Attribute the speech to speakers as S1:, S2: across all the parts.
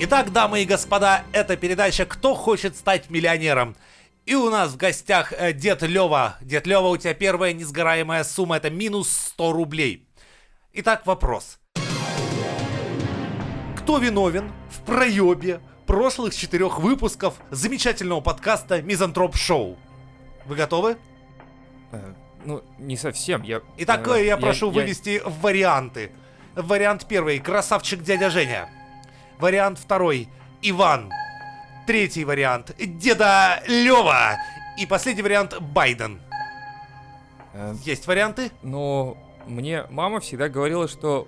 S1: Итак, дамы и господа, это передача «Кто хочет стать миллионером?». И у нас в гостях э, дед Лева. Дед Лева, у тебя первая несгораемая сумма – это минус 100 рублей. Итак, вопрос. Кто виновен в проебе прошлых четырех выпусков замечательного подкаста «Мизантроп Шоу»? Вы готовы?
S2: Э, Ну, не совсем. Я.
S1: Итак,
S2: э,
S1: я, прошу
S2: я-
S1: вывести в варианты. Вариант первый. Красавчик дядя Женя. Вариант второй. Иван. Третий вариант. Деда Лева. И последний вариант. Байден.
S2: э,
S1: Есть варианты?
S2: Но мне мама всегда говорила, что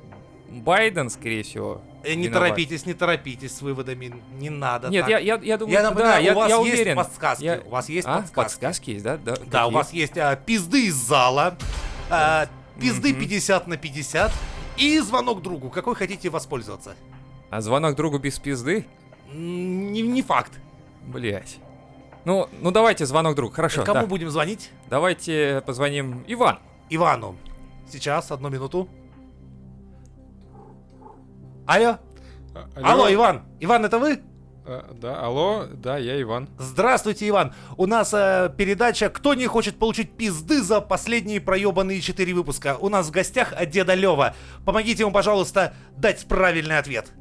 S2: Байден, скорее всего.
S1: Э, Не
S2: виноват.
S1: торопитесь, не торопитесь с выводами. Не надо
S2: Нет,
S1: так.
S2: я, я, я думаю,
S1: Я
S2: да,
S1: напоминаю, у
S2: я,
S1: вас
S2: я
S1: есть
S2: уверен.
S1: подсказки,
S2: Я-
S1: у вас есть
S2: А?
S1: подсказки.
S2: есть, да? Да,
S1: Да, у
S2: какие?
S1: вас есть а, пизды из зала, а, пизды 50 на 50 и звонок другу. Какой хотите воспользоваться?
S2: А звонок другу без пизды?
S1: М, Не, не факт.
S2: Блять. Ну, ну давайте звонок другу, хорошо.
S1: Кому
S2: да.
S1: будем звонить?
S2: Давайте позвоним Иван.
S1: Ивану. Сейчас, одну минуту. Алло.
S3: А-
S1: Алло, Иван. Иван, это вы?
S3: А, да, алло, да, я Иван.
S1: Здравствуйте, Иван. У нас э, передача «Кто не хочет получить пизды за последние проебанные четыре выпуска?» У нас в гостях э, деда Лева. Помогите ему, пожалуйста, дать правильный ответ.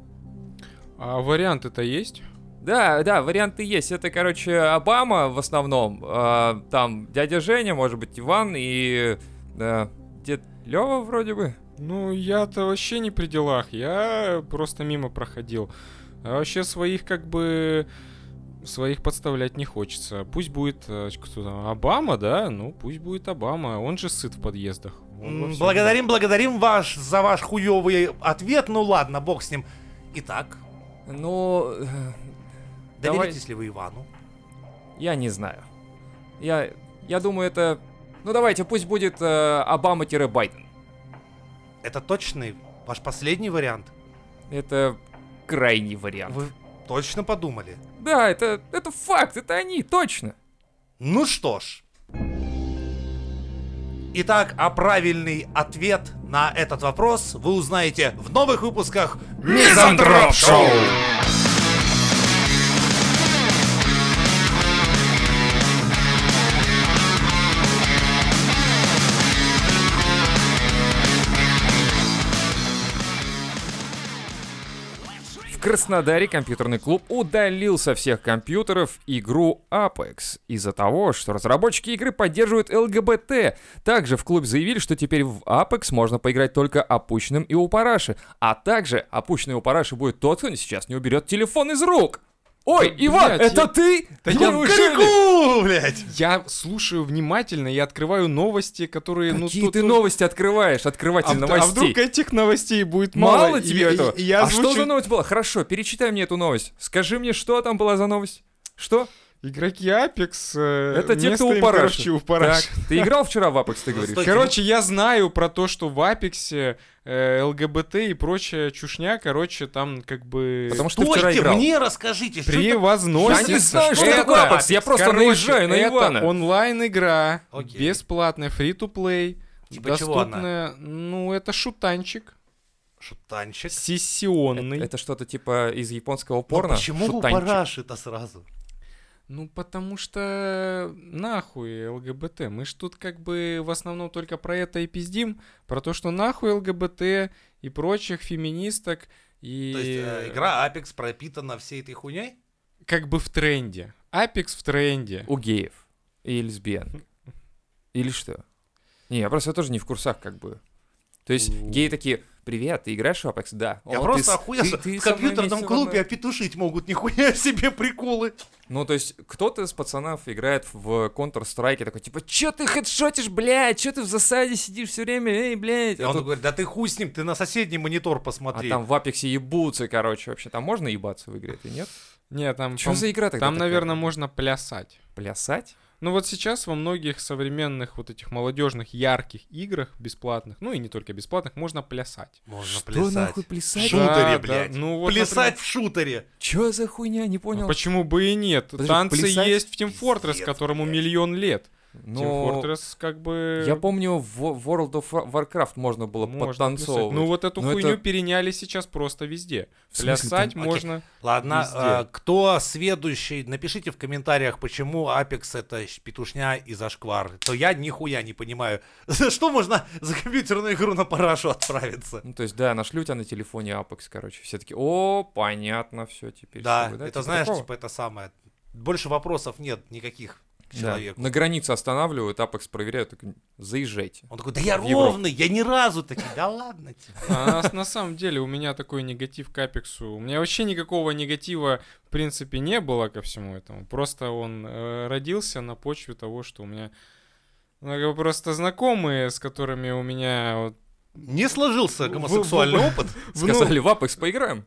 S3: А варианты-то есть?
S2: Да, да, варианты есть. Это, короче, Обама в основном. а, там дядя Женя, может быть, Иван и э, дед Лева вроде бы.
S3: Ну, я-то вообще не при делах, я просто мимо проходил. А вообще своих как бы... Своих подставлять не хочется. Пусть будет э, кто там, Обама, да? Ну, пусть будет Обама. Он же сыт в подъездах.
S2: Ну,
S3: Он во
S1: М,
S3: всем-
S1: Благодарим, благодарим ваш за ваш хуёвый ответ. Ну ладно, бог с ним. Итак,
S2: Ну, э, давай,
S1: доверитесь ли вы Ивану?
S2: я не знаю. Я, я думаю, это... Ну давайте, пусть будет э, Обама-Байден.
S1: Это точный ваш последний вариант?
S2: Это крайний вариант.
S1: Вы точно подумали?
S2: Да, это, это факт, это они, точно.
S1: Ну что ж. Итак, а правильный ответ на этот вопрос вы узнаете в новых выпусках Мизантроп Шоу.
S2: В Краснодаре компьютерный клуб удалил со всех компьютеров игру Apex из-за того, что разработчики игры поддерживают ЛГБТ. Также в клуб заявили, что теперь в Apex можно поиграть только опущенным и у параши. А также опущенный у параши будет тот, кто сейчас не уберет телефон из рук. Ой,
S3: Да,
S2: Иван,
S3: блядь,
S2: это
S3: я-
S2: ты?
S3: Да
S2: Ну,
S3: неужели?
S1: Ку, блядь!
S3: Я слушаю внимательно, я открываю новости, которые... ну,
S2: Какие
S3: тут-
S2: ты
S3: тут-
S2: новости открываешь, открыватель
S3: А, в- а
S2: новостей?
S3: вдруг этих новостей будет мало?
S2: Мало
S3: и-
S2: тебе
S3: и-
S2: этого.
S3: и я
S2: а что
S3: озвучу-
S2: за новость была? Хорошо, перечитай мне эту новость. Скажи мне, что там была за новость? Что?
S3: Игроки Apex... э,
S2: Это те, кто
S3: вместо
S2: у параши.
S3: имперчи у параши.
S2: Так, ты играл вчера в Apex, ты говоришь?
S1: Стой,
S3: Короче, я знаю про то, что в Апексе э, ЛГБТ и прочая чушня, короче, там как бы...
S2: Потому что ты вчера
S1: Стойте,
S2: играл.
S1: мне расскажите, что это...
S2: Я
S3: превозносится.
S2: не знаю, что
S3: Это-
S2: такое Apex, я просто
S3: Короче,
S2: наезжаю на
S3: это
S2: Ивана.
S3: онлайн-игра,
S1: Окей.
S3: бесплатная, фри-то-плей,
S1: Типа чего она?
S3: доступная... Ну, это шутанчик,
S1: Шутанчик.
S3: сессионный.
S2: Это что-то типа из японского
S1: Ну
S2: порно?
S1: почему у
S2: Шутанчик.
S1: параши-то сразу?
S3: Ну, потому что нахуй ЛГБТ. Мы ж тут как бы в основном только про это и пиздим. Про то, что нахуй ЛГБТ и прочих феминисток. И
S1: То есть э, игра Apex пропитана всей этой хуйней?
S3: как бы в тренде. Апекс в тренде.
S2: У геев и лесбиян. Или что? Не, я просто тоже не в курсах как бы. То есть
S3: У.
S2: геи такие, привет, ты играешь в Apex? Да.
S1: Я
S2: «О, ты
S1: просто
S2: с-
S1: охуел.
S2: ты- ты
S1: в
S2: со мной
S1: компьютерном
S2: весело,
S1: клубе
S2: да?»
S1: опетушить могут нихуя себе приколы.
S2: Ну, то есть, кто-то из пацанов играет в Counter-Strike, такой, типа, чё ты хедшотишь, блядь, чё ты в засаде сидишь все время, эй, блядь.
S1: И
S2: А,
S1: он
S2: тут-
S1: говорит, да ты хуй с ним, ты на соседний монитор
S2: а
S1: посмотри.
S2: там в Apex ебутся, короче, вообще, там можно ебаться в игре, ты нет?
S3: Не, там,
S2: Чё
S3: пом-
S2: за игра тогда
S3: там
S2: такая?
S3: наверное, можно плясать.
S2: Плясать?
S3: Ну вот сейчас во многих современных вот этих молодежных ярких играх бесплатных, ну и не только бесплатных, можно плясать.
S1: Можно
S2: Что
S1: плясать.
S2: нахуй
S1: В
S2: плясать?
S3: Шу-
S1: шутере,
S3: Да, да,
S1: блядь.
S3: ну вот,
S1: плясать
S3: например-
S1: в шутере.
S2: Чё за хуйня, не
S3: А
S1: Ну,
S2: понял.
S3: почему бы и нет?
S2: Подожди,
S3: Танцы
S2: плясать?
S3: есть в Team Fortress,
S1: Пиздец,
S3: которому
S1: блядь.
S3: миллион лет.
S2: Ну,
S3: Team Fortress как бы...
S2: Я помню, в World of Warcraft можно было
S3: можно
S2: подтанцовывать.
S3: писать. Ну вот эту
S2: Но
S3: хуйню
S2: это-
S3: переняли сейчас просто везде.
S2: В смысле,
S3: Плясать
S2: там- окей.
S3: можно...
S1: Ладно,
S3: Везде.
S1: э, кто следующий, напишите в комментариях, почему Apex это щ- петушня и зашквар. То я нихуя не понимаю. За что можно за компьютерную игру на парашу отправиться?
S2: Ну, то есть, да, нашли у тебя на телефоне Apex, короче. Все таки о, понятно, все теперь.
S1: Да,
S2: с
S1: это
S2: тобой», Типа
S1: знаешь,
S2: такого?
S1: типа это самое. Больше вопросов нет никаких к
S2: Да.
S1: человеку.
S2: На границе останавливают, Apex проверяют, так, заезжайте.
S1: Он такой, да я
S2: В Европу.
S1: ровный, я ни разу таки, да ладно тебе.
S3: А на, на самом деле у меня такой негатив к Апексу. У меня вообще никакого негатива, в принципе, не было ко всему этому. Просто он э, родился на почве того, что у меня ну, как бы просто знакомые, с которыми у меня вот
S1: Не сложился
S3: В- в-
S1: гомосексуальный опыт.
S3: вну-
S2: Сказали, в Apex поиграем.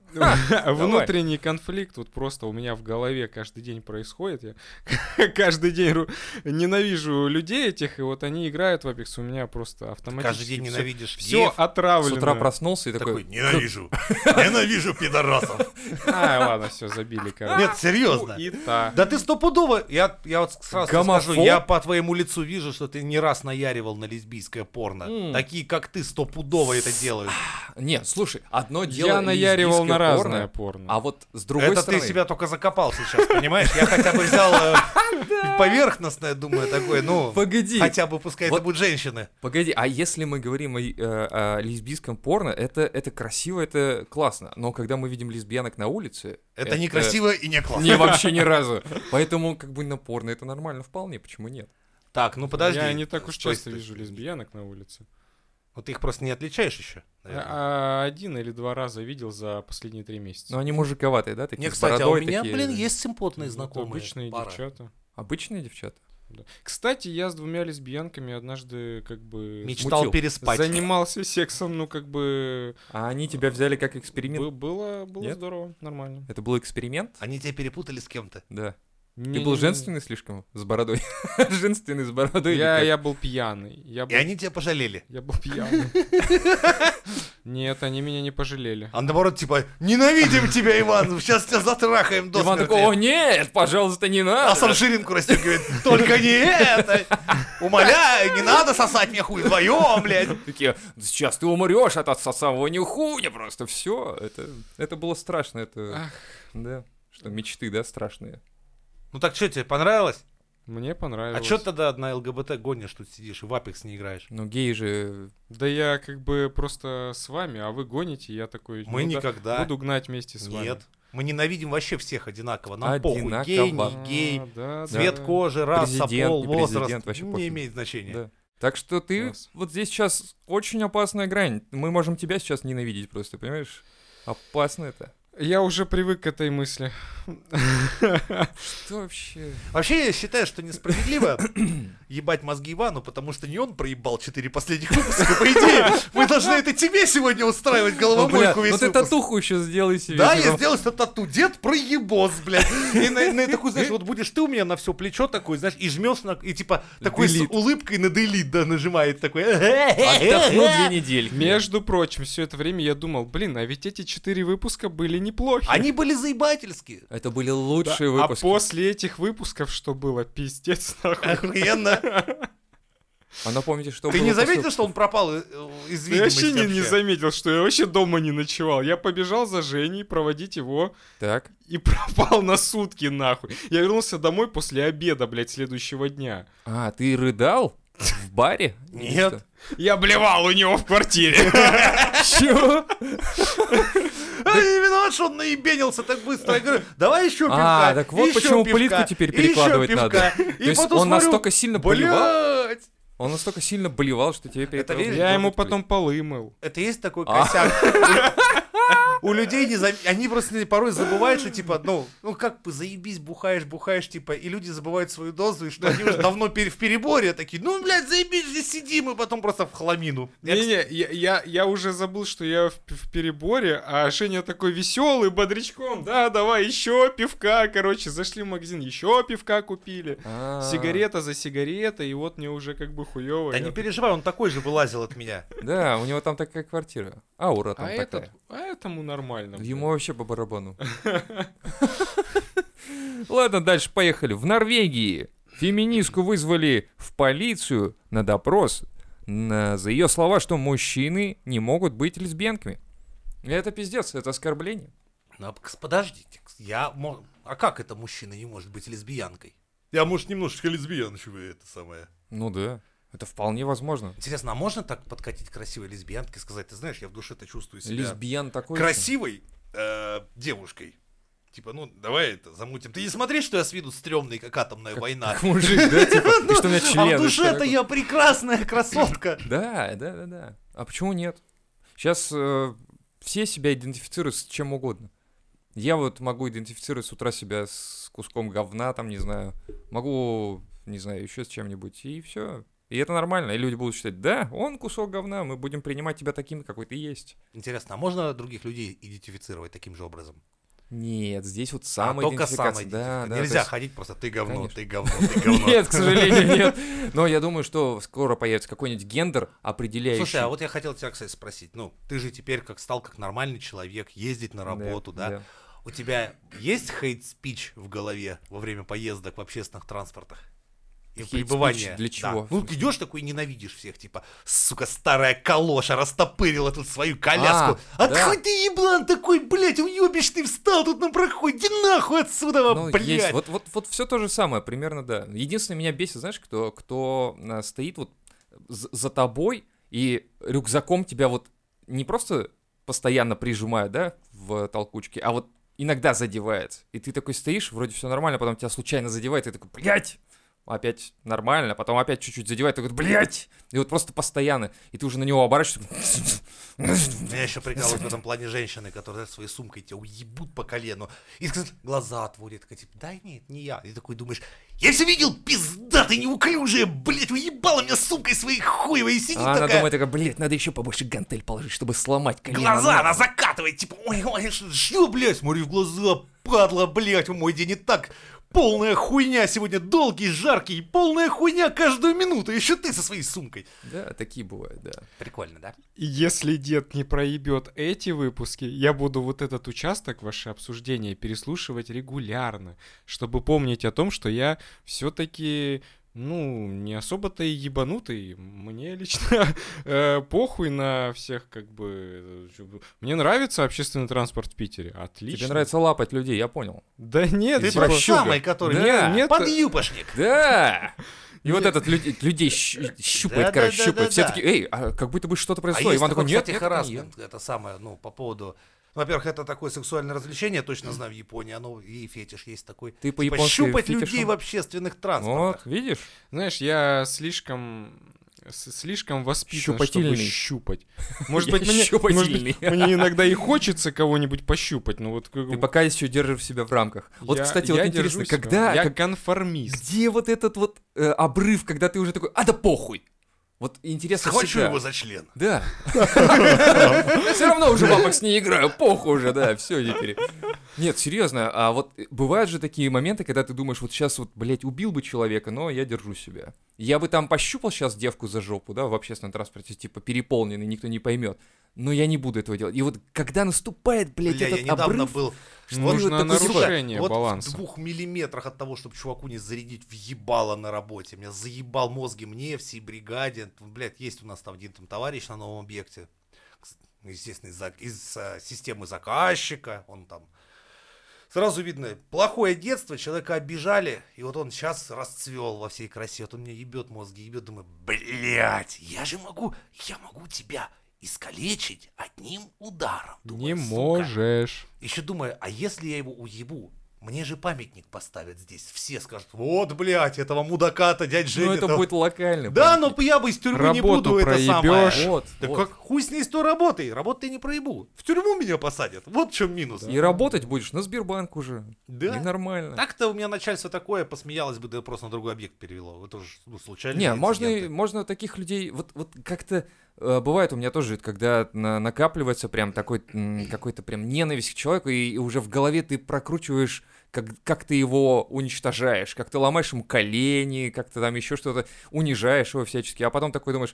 S3: внутренний конфликт вот просто у меня в голове каждый день происходит. Я каждый день ру- ненавижу людей этих, и вот они играют в Apex, у меня просто автоматически
S1: Каждый день ненавидишь
S3: Все
S1: геев.
S2: С
S3: отравлено.
S2: утра проснулся и
S1: Такой,
S2: такой,
S1: ненавижу, ненавижу пидорасов.
S3: А, ладно, все, забили, короче.
S1: Нет, серьезно.
S3: Ну, И та.
S1: Да ты стопудово, я, я вот сразу тебе
S2: Гомофоб?
S1: скажу, я по твоему лицу вижу, что ты не раз наяривал на лесбийское порно.
S2: М.
S1: Такие, как ты, стопудово это делают.
S2: «А, нет, слушай, одно дело
S3: Я наяривал
S2: лесбийское
S3: на разное
S2: порно,
S3: порно.
S2: А вот с другой
S1: это
S2: стороны...
S1: ты себя только закопал сейчас, понимаешь? Я хотя бы взял э, поверхностное, думаю, такое, ну,
S2: Погоди,
S1: хотя бы пускай это
S2: Вот-
S1: будут женщины.
S2: Погоди, а если мы говорим о, э, о лесбийском порно, это, это красиво, это классно. Но когда мы видим лесбиянок на улице...
S1: Это некрасиво и не классно.
S2: Не, вообще ни разу. Поэтому как бы на порно это нормально вполне, почему нет?
S1: Так, ну подожди.
S3: Я не так уж
S1: Стой,
S3: часто
S1: стой,
S3: вижу
S1: стой.
S3: лесбиянок на улице.
S1: Вот ты их просто не отличаешь еще, наверное.
S3: А, Один или два раза видел за последние три
S2: Ну
S3: месяца.
S2: они мужиковатые, да, такие
S1: Не,
S2: с
S1: кстати, а у
S2: бородой
S1: меня,
S2: такие. э,
S1: блин, есть симпотные
S3: ну, Вот
S1: знакомые.
S3: Обычные
S1: пара.
S3: девчата.
S2: Обычные девчата?
S3: Да. Кстати, я с двумя лесбиянками однажды как бы
S1: Мечтал
S2: Мутил.
S1: переспать.
S3: занимался сексом, ну как бы
S2: А они тебя взяли как эксперимент?
S3: бы- было, было
S2: Нет?
S3: здорово, нормально.
S2: Это был эксперимент?
S1: Они тебя перепутали с кем-то.
S2: Да. Ты
S3: Не-
S2: был
S3: не-
S2: женственный слишком? С бородой? Женственный с бородой? или
S3: Я,
S2: как?
S3: я был пьяный. Я
S1: И
S3: был,
S1: они тебя пожалели.
S3: я был пьяный. Нет, они меня не пожалели.
S1: А наоборот, типа, ненавидим тебя, Иван, сейчас тебя затрахаем до
S2: Иван
S1: смерти.
S2: такой, о нет, пожалуйста, не
S1: а
S2: надо.
S1: сам ширинку растет, говорит, только не это. Умоляю, не надо сосать мне хуй вдвоем, блядь.
S2: Такие, сейчас ты умрешь от отца самого нюхуя просто. Все, это, это было страшно, это...
S3: Ах.
S2: Да. Что, мечты, да, страшные?
S1: Ну так что, тебе понравилось?
S3: Мне понравилось.
S1: А что тогда на ЛГБТ гонишь тут сидишь и в Apex не играешь?
S2: Ну, геи же...
S3: Да я как бы просто с вами, а вы гоните, я такой...
S1: Мы
S3: ну да,
S1: никогда.
S3: Буду гнать вместе с вами.
S1: Нет. Мы ненавидим вообще всех одинаково. Нам
S2: Одинаково.
S1: похуй. Гей, не
S3: А,
S1: гей,
S3: да,
S1: цвет
S3: да.
S1: кожи, раса,
S2: Президент,
S1: пол,
S2: не
S1: возраст.
S2: президент, вообще
S1: не
S2: пофиг.
S1: имеет значения.
S2: Да. Так что ты
S3: Класс.
S2: вот здесь сейчас очень опасная грань. Мы можем тебя сейчас ненавидеть просто, понимаешь? Опасно это.
S3: Я уже привык к этой мысли.
S2: Что вообще?
S1: Вообще, я считаю, что несправедливо ебать мозги Ивану, потому что не он проебал четыре последних выпуска. По идее, мы должны это тебе сегодня устраивать
S2: Ну, бля,
S1: головомойку
S2: ну
S1: весь
S2: ты
S1: выпуск.
S2: татуху еще сделай себе.
S1: Да,
S2: типа.
S1: я сделал это тату. Дед проебос, блядь. И на, на такую, знаешь, вот будешь ты у меня на все плечо такой, знаешь, и жмешь на... И типа такой
S2: Delete.
S1: с улыбкой на делит, да, нажимает такой.
S2: Отдохну ну, две недели.
S3: Между прочим, все это время я думал, блин, а ведь эти четыре выпуска были неплохи.
S1: Они были заебательские.
S2: Это были
S3: Да,
S2: лучшие
S3: А
S2: выпуски.
S3: после этих выпусков что было? Пиздец, нахуй.
S1: Охуенно.
S2: А напомните, что
S1: Ты
S2: было
S1: не
S2: после-
S1: заметил, что он пропал э, из
S3: Я
S1: видимости
S3: вообще не, не заметил, что я вообще дома не ночевал. Я побежал за Женей проводить его
S2: Так.
S3: и пропал на сутки, нахуй. Я вернулся домой после обеда, блядь, следующего дня.
S2: А, ты рыдал? В баре? Или
S1: Нет.
S2: что?
S3: Я блевал у него в квартире.
S2: Чего?
S1: Да не виноват, что он наебенился так быстро. Я говорю, давай еще пивка.
S2: А, так вот
S1: еще
S2: почему
S1: пивка,
S2: плитку теперь
S1: еще
S2: перекладывать
S1: пивка».
S2: надо. То
S1: И
S2: есть
S1: потом
S2: он
S1: смотрю,
S2: настолько сильно болевал,
S1: Блядь.
S2: он настолько сильно болевал, что тебе
S1: Это
S2: перекладывали.
S1: видишь,
S3: Я ему потом полы мыл.
S1: Это есть такой
S2: А.
S1: косяк? У людей не зам- они просто порой забывают, что типа, ну, ну как бы заебись, бухаешь, бухаешь, типа, и люди забывают свою дозу, и что они уже давно пер- в переборе такие, ну, блядь, заебись, здесь сидим, и потом просто в хламину. Я, кстати,
S3: Не-не, я, я, я уже забыл, что я в, п- в переборе, а Женя такой веселый, бодрячком. Да, давай, еще пивка. Короче, зашли в магазин, еще пивка купили.
S2: А,
S3: Сигарета за сигаретой, и вот мне уже как бы хуево.
S1: Да не переживай, он такой же вылазил от меня.
S2: Да, у него там такая квартира. Аура там
S3: а, этот,
S2: такая.
S3: а этому нормально. блядь.
S2: Ему вообще по барабану. Ладно, дальше поехали. В Норвегии Феминистку вызвали в полицию на допрос на- за ее слова, что мужчины не могут быть лесбиянками. Это пиздец, это оскорбление.
S1: Ну, а кс- подождите, кс- я... мо- А как это мужчина не может быть лесбиянкой? Я, может, немножечко лесбияночка это самое.
S2: Ну да, это вполне возможно.
S1: Интересно, а можно так подкатить к красивой лесбиянке и сказать, ты знаешь, я в душе-то чувствую себя...
S2: Лесбиян такой.
S1: красивой э, девушкой. Типа, ну, давай это замутим. Ты не смотри, что я с виду стрёмный, как атомная война.
S2: Как мужик, да, типа, и что у меня член.
S1: а в
S2: из
S1: душе-то
S2: широко-
S1: я прекрасная красотка.
S2: Да, да, да, да. А почему нет? Сейчас все себя идентифицируют с чем угодно. Я вот могу идентифицировать с утра себя с куском говна, там, не знаю. Могу, не знаю, еще с чем-нибудь. И все. И это нормально. И люди будут считать, да, он кусок говна, мы будем принимать тебя таким, какой ты есть.
S1: Интересно, а можно других людей идентифицировать таким же образом?
S2: Нет, здесь вот
S1: А, только
S2: самоидентификация. Да,
S1: самоидентификация.
S2: да, то
S1: Нельзя
S2: есть-
S1: ходить просто ты говно,
S2: Конечно.
S1: ты говно, ты говно.
S2: Нет, к сожалению, нет. Но я думаю, что скоро появится какой-нибудь гендер определяющий.
S1: Слушай, а вот я хотел тебя, кстати, спросить. Ну, ты же теперь как стал как нормальный человек, ездить на
S2: Да,
S1: работу, да?
S2: да.
S1: У тебя есть хейт-спич в голове во время поездок в общественных транспортах? И
S2: Хейт-спич
S1: пребывания.
S2: для
S1: Да.
S2: чего?
S1: Ну, идешь такой и ненавидишь всех, типа, сука, старая калоша растопырила тут свою коляску.
S2: А,
S1: А,
S2: да.
S1: какой ты еблан такой, блядь, уебишь ты, встал тут на проходе, иди нахуй отсюда,
S2: Ну,
S1: блядь.
S2: есть. Вот, вот, вот все то же самое, примерно, да. Единственное, меня бесит, знаешь, кто, кто а, стоит вот з- за тобой и рюкзаком тебя вот не просто постоянно прижимает, да, в толкучке, а вот иногда задевает. И ты такой стоишь, вроде все нормально, потом тебя случайно задевает, и ты такой, блядь! Опять нормально, а потом опять чуть-чуть задевает, ты говоришь, блядь! И вот просто постоянно. И ты уже на него оборачиваешься.
S1: Меня еще прикалывают в этом плане женщины, которые знаешь, своей сумкой тебя уебут по колену. И скажут, глаза отводят, такая, типа, да нет, не я. И ты такой думаешь, я все видел, пизда ты неуклюжая, блядь, уебала меня сумкой своей хуевой. И сидит
S2: А она
S1: такая,
S2: думает, такая, блядь, надо еще побольше гантель положить, чтобы сломать колено.
S1: глаза, она
S2: нахуй».
S1: закатывает, типа, ой, ой, ш- что, блядь, смотри в глаза, падла, блядь, мой день и так. Полная хуйня сегодня, долгий, жаркий, полная хуйня каждую минуту, еще ты со своей сумкой.
S2: Да, такие бывают, да.
S1: Прикольно, да?
S3: И Если дед не проебет эти выпуски, я буду вот этот участок ваше обсуждение переслушивать регулярно, чтобы помнить о том, что я все-таки, ну, не особо-то и ебанутый. Мне лично э, похуй на всех, как бы... э, Мне нравится общественный транспорт в Питере. Отлично.
S2: Тебе нравится лапать людей, я понял.
S3: Да нет,
S1: Ты
S3: типа-
S1: про самый, который
S2: Да,
S1: меня-
S3: нет.
S1: подъюбошник.
S2: Да! И вот этот люд- людей щ- щупает,
S1: Да, да,
S2: короче,
S1: да,
S2: щупает.
S1: да,
S2: Все
S1: да.
S2: такие, эй, а как будто бы что-то
S1: А
S2: произошло.
S1: есть
S2: Иван
S1: такой,
S2: такой, нет,
S1: кстати,
S2: нет, это не я».
S1: харассмент, это самое, ну, по поводу... ну, Во-первых, это такое сексуальное развлечение, я точно знаю, в Японии, оно и фетиш есть такой.
S2: Ты по
S1: Типа,
S2: японски
S1: щупать
S2: фетишом?
S1: людей в общественных транспортах.
S2: Вот, видишь?
S3: Знаешь, я слишком с- слишком воспитан,
S2: Щупательный.
S3: чтобы щупать. Может
S2: Я
S3: быть, мне, может
S2: щупательный.
S3: быть, мне иногда и хочется кого-нибудь пощупать, но вот...
S1: Ну.
S2: Ты пока еще держишь себя в рамках. Вот,
S3: я-
S2: кстати,
S3: я
S2: вот
S3: держу
S2: интересно,
S3: себя.
S1: ну,
S2: когда...
S3: Я
S2: как-
S3: конформист.
S2: Где вот этот вот э, обрыв, когда ты уже такой, а да похуй! Вот интересно
S1: Схвачу
S2: всегда.
S1: его за член.
S2: Да. Все равно уже в Apex не играю, похуй уже, да, все теперь. Нет, серьезно, а вот бывают же такие моменты, когда ты думаешь, вот сейчас вот, блядь, убил бы человека, но я держу себя. Я бы там пощупал сейчас девку за жопу, да, в общественном транспорте, типа, переполненный, никто не поймет. Но я не буду этого делать. И вот когда наступает, блядь,
S1: Бля, я
S2: этот
S1: недавно
S2: обрыв, ну,
S1: был...
S2: что
S1: Вот
S2: ты
S3: Нужно
S2: вот такой,
S1: Слушай,
S2: сука,
S3: нарушение
S1: вот
S3: баланса.
S1: в двух миллиметрах от того, чтобы чуваку не зарядить въебало на работе. Меня заебал мозги мне, всей бригаде. Блядь, есть у нас там один там товарищ на новом объекте. Кс- Естественно, из, зак- из, э, системы заказчика. Он там... Сразу видно, плохое детство, человека обижали, и вот он сейчас расцвел во всей красе. Вот он мне ебет мозги, ебет, думаю, блядь, я же могу, я могу тебя искалечить одним ударом.
S3: Не
S1: Думаю, «Сука».
S3: можешь.
S1: Еще думаю, а если я его уебу, мне же памятник поставят здесь. Все скажут, вот, блядь, этого мудака-то, дядь Женя.
S2: ну это будет локально.
S1: Да,
S2: блядь.
S1: но я бы из тюрьмы не
S3: Работу
S1: буду, это
S3: проебешь.
S1: самое.
S2: Вот,
S1: Да
S2: вот.
S1: как хуй с ней сто работай, работы не проебу. В тюрьму меня посадят, вот в чем минус.
S2: И работать будешь на Сбербанк уже.
S1: Да.
S2: И нормально.
S1: Так-то у меня начальство такое, посмеялось бы, да просто на другой объект перевело. Это же ну, случайно.
S2: Не, можно, и- можно таких людей, вот, вот как-то э, бывает у меня тоже, это когда на- накапливается прям такой м, какой-то прям ненависть к человеку, и, и уже в голове ты прокручиваешь, как, как ты его уничтожаешь, как ты ломаешь ему колени, как ты там еще что-то унижаешь его всячески, а потом такой думаешь,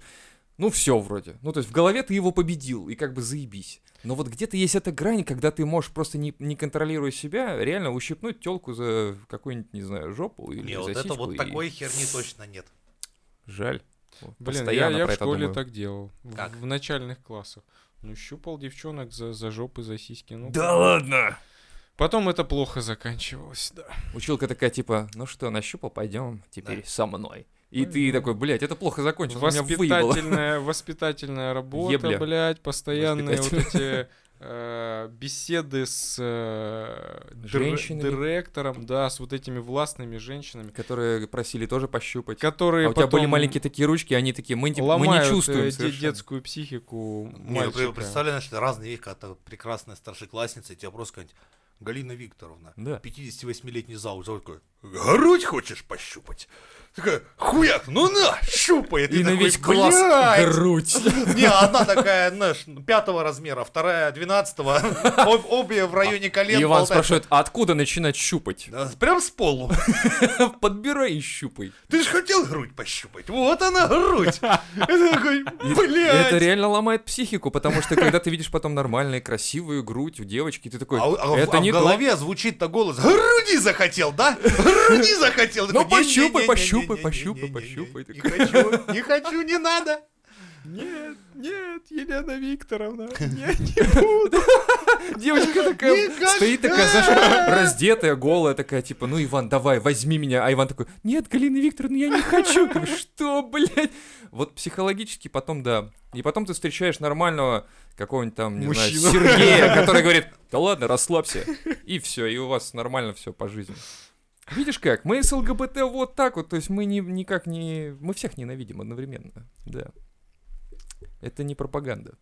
S2: Ну все вроде. Ну то есть в голове ты его победил, и как бы заебись. Но вот где-то есть эта грань, когда ты можешь просто не, не контролируя себя, реально ущипнуть телку за какую-нибудь, не знаю, жопу или
S1: Не,
S2: за
S1: вот это
S2: сиську,
S1: вот
S2: и-
S1: такой херни точно нет.
S2: Жаль. Вот
S3: Блин, я,
S2: постоянно
S3: я в
S2: про это
S3: школе
S2: думаю.
S3: так делал. В-
S1: Как?
S3: В, начальных классах. Ну, щупал девчонок за, за жопы, за сиськи. Ну,
S2: Да ладно!
S3: Потом это плохо заканчивалось, да.
S2: Училка такая типа, ну что, нащупал, пойдем теперь со мной. И ты
S3: Пойдём.
S2: такой, блядь, это плохо закончилось, меня выебало.
S3: Воспитательная, воспитательная работа,
S2: Ебля.
S3: блядь, постоянные вот эти э, беседы с э, дир-
S2: Женщинами.
S3: директором, да, с вот этими властными женщинами,
S2: Которые просили тоже пощупать.
S3: которые
S2: а у тебя были
S3: потом
S2: маленькие такие ручки, они такие, мы, не- мы не
S3: ломают,
S2: чувствуем
S3: э, де-
S2: совершенно».
S3: детскую психику
S1: Не,
S3: мальчика.
S1: ну, представляю, значит, разные вещи, когда ты прекрасная старшеклассница, и тебе просто какая-нибудь Галина Викторовна,
S2: Да.
S1: 58-летний зал, такой, грудь хочешь пощупать? Такая, хуяк, ну на, щупай! ты
S2: И на
S1: такой,
S2: весь класс
S1: «Блядь!»
S2: грудь.
S1: Не, одна такая, знаешь, пятого размера, вторая двенадцатого, Об- обе в районе колен.
S2: И Иван
S1: болтают.
S2: спрашивает, а откуда начинать щупать?
S1: Да, Прям с полу.
S2: Подбирай и щупай.
S1: Ты же хотел грудь пощупать. Вот она, грудь. Это такой,
S2: И это
S1: блядь.
S2: реально ломает психику, потому что когда ты видишь потом нормальную, красивую грудь у девочки, ты такой,
S1: А, у- а в-
S2: это
S1: а
S2: не
S1: в
S2: то».
S1: голове звучит-то голос. Груди захотел, да? Груди захотел.
S2: Ну,
S1: Такой, «Не-не-не-не-не-не-не-не-не-не-не-не-не-не-не-не-не-не».
S2: пощупай, пощупай, пощупай, пощупай.
S1: Не хочу, не хочу, не надо.
S3: Нет, нет, Елена Викторовна, нет.
S2: Девочка такая
S1: Никогда!
S2: стоит такая, знаешь, раздетая, голая такая, типа, ну, Иван, давай, возьми меня. А Иван такой, нет, Галина Викторовна, я не хочу. Ты Что, блядь? Вот психологически потом, да. И потом ты встречаешь нормального какого-нибудь там, не знаю,
S3: Мужчину.
S2: Сергея, который говорит, да ладно, расслабься. И все, и у вас нормально все по жизни. Видишь как? Мы с ЛГБТ вот так вот, то есть мы ни- никак не... Мы всех ненавидим одновременно, да. Это не пропаганда.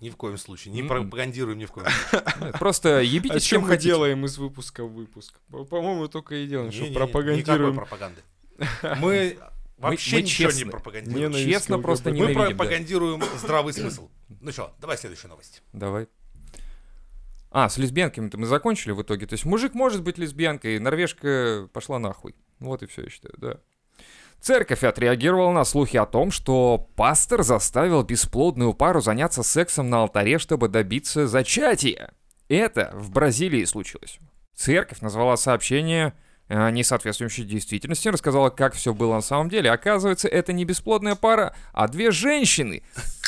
S1: Ни в коем случае, не
S2: М-м.
S1: пропагандируем ни в коем случае.
S2: Нет, Просто
S3: А
S2: ебитесь,
S3: чем
S2: чем
S3: мы
S2: хотите.
S3: делаем из выпуска в выпуск? По- По-моему, только и делаем, что
S1: Не-не-не, Никакой
S3: пропагандируем
S1: пропаганды. Мы
S2: мы
S1: вообще ничего не ну,
S2: честны.
S1: пропагандируем.
S3: Ненависть
S2: Честно,
S3: к
S2: просто
S3: ЛГБТ.
S1: Мы
S2: ненавидим, да.
S1: пропагандируем здравый смысл. Ну что, давай следующую новость.
S2: Давай. А, с лесбиянками-то мы закончили в итоге. То есть мужик может быть лесбиянкой, норвежка пошла нахуй. Вот и все, я считаю, да. Церковь отреагировала на слухи о том, что пастор заставил бесплодную пару заняться сексом на алтаре, чтобы добиться зачатия. Это в Бразилии случилось. Церковь назвала сообщение э, несоответствующей действительности, рассказала, как все было на самом деле. Оказывается, это не бесплодная пара, а две женщины.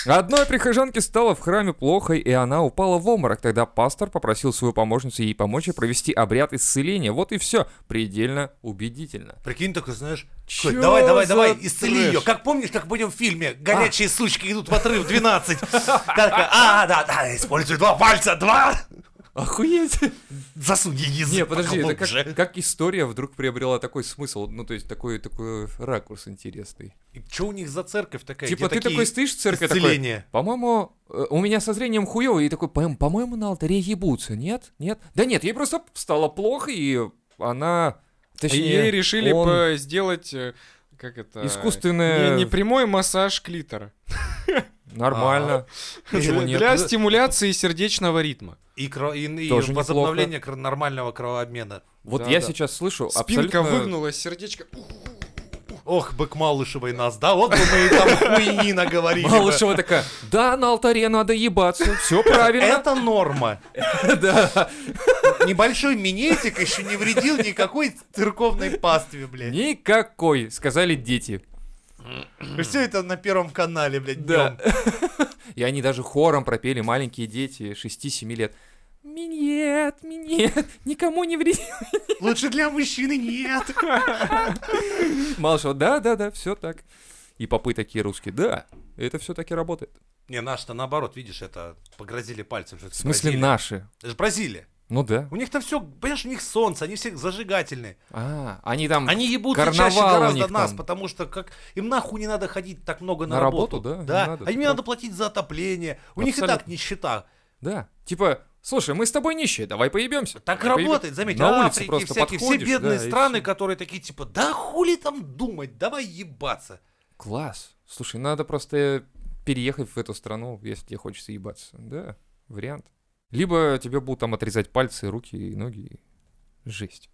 S2: Одной прихожанке стало в храме плохо, и она упала в обморок. Тогда пастор попросил свою помощницу ей помочь и провести обряд исцеления. Вот и все. Предельно убедительно.
S1: Прикинь, такой, знаешь,
S2: Чё
S1: Кать, давай, давай,
S2: за
S1: давай, исцели
S2: трэш? А.
S1: ее. Как помнишь, как будем в фильме, горячие сучки идут в отрыв 12. Та такая, а, да, да, используй два пальца, два,
S2: Охуеть!
S1: засунь ей язык
S2: Не, подожди, это
S1: поглубже».
S2: как, как история вдруг приобрела такой смысл, ну то есть такой такой ракурс интересный.
S1: И Чё у них за церковь такая?
S2: типа
S1: где
S2: ты такой стоишь в церкви такой,
S1: исцеления?
S2: по-моему, э, у меня со зрением хуёво, и такой, «По- по-моему, на алтаре ебутся, нет? Нет? Да нет, ей просто стало плохо, и она... Точнее,
S3: Ей решили
S2: он
S3: по- сделать, э, как это...
S2: искусственное...
S3: Не, не прямой массаж клитора.
S2: Нормально. Почему
S3: Для-
S2: нет? ну,
S3: Для стимуляции сердечного ритма.
S1: И, кро- и- и
S2: Тоже
S1: возобновление кро- нормального кровообмена.
S2: Вот
S3: Да,
S2: я
S3: да.
S2: сейчас слышу
S3: Спинка
S2: абсолютно...
S3: выгнулась, сердечко...
S1: Ох, бык Малышевой нас, да? Вот бы мы и там хуйни наговорили. бы.
S2: Малышева такая, да, на алтаре надо ебаться, все правильно.
S1: Это норма.
S2: Да.
S1: Небольшой минетик еще не вредил никакой церковной пастве, блядь.
S2: Никакой, сказали дети.
S1: Все это на первом канале, блядь,
S2: Да.
S1: днем.
S2: И они даже хором пропели маленькие дети 6-7 лет. Миньет, миньет, никому не вреди.
S1: Лучше для мужчины нет.
S2: Малышева, да, да, да, все так. И попы такие русские, да, это все таки работает.
S1: Не, наш-то наоборот, видишь, это погрозили пальцем. что это
S2: В смысле
S1: Бразилия.
S2: наши?
S1: Это же Бразилия.
S2: Ну да.
S1: У них там все, понимаешь, у них солнце, они все зажигательные.
S2: А, они там
S1: Они ебут чаще
S2: карнавал у
S1: гораздо
S2: них
S1: нас,
S2: там.
S1: потому что как им нахуй не надо ходить так много на,
S2: На работу, да,
S1: Да,
S2: не надо,
S1: а им
S2: ты
S1: не надо платить за отопление. У них и
S2: Абсолютно.
S1: так нищета.
S2: Да, типа, слушай, мы с тобой нищие, давай поебемся.
S1: Так работает, заметь,
S2: На улице
S1: Африки
S2: просто
S1: всякие, все
S2: подходишь,
S1: бедные
S2: да, и
S1: страны,
S2: всё.
S1: которые такие типа, да хули там думать, давай ебаться.
S2: Класс. Слушай, надо просто переехать в эту страну, если тебе хочется ебаться. Да, вариант. Либо тебе будут там отрезать пальцы, руки и ноги. Жесть.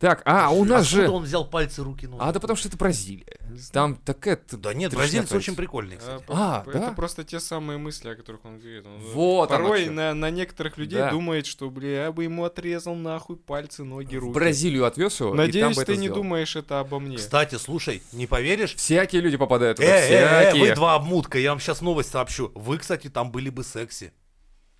S2: Так, а у нас
S1: Откуда
S2: же...
S1: он взял пальцы, руки, ноги?
S2: А да потому что это Бразилия. Там такая... т-
S1: Да нет,
S2: трещина
S1: бразильцы
S2: творится.
S1: очень прикольные,
S3: Э,
S1: кстати.
S3: по-
S2: А,
S3: по- это
S2: да?
S3: просто те самые мысли, о которых он говорит.
S1: Ну,
S3: Он
S2: Вот оно
S3: порой
S2: чё.
S3: на, на некоторых людей
S2: Да.
S3: думает, что, бля, я бы ему отрезал нахуй пальцы, ноги,
S2: В
S3: руки.
S2: Бразилию отвез его, и там
S3: Надеюсь,
S2: бы
S3: ты
S2: это
S3: не
S2: сделал.
S3: думаешь это обо мне.
S1: Кстати, слушай, не поверишь?
S2: Всякие люди попадают
S1: Э,
S2: туда,
S1: э, э,
S2: всякие.
S1: вы два обмутка, я вам сейчас новость сообщу. Вы, кстати, там были бы секси.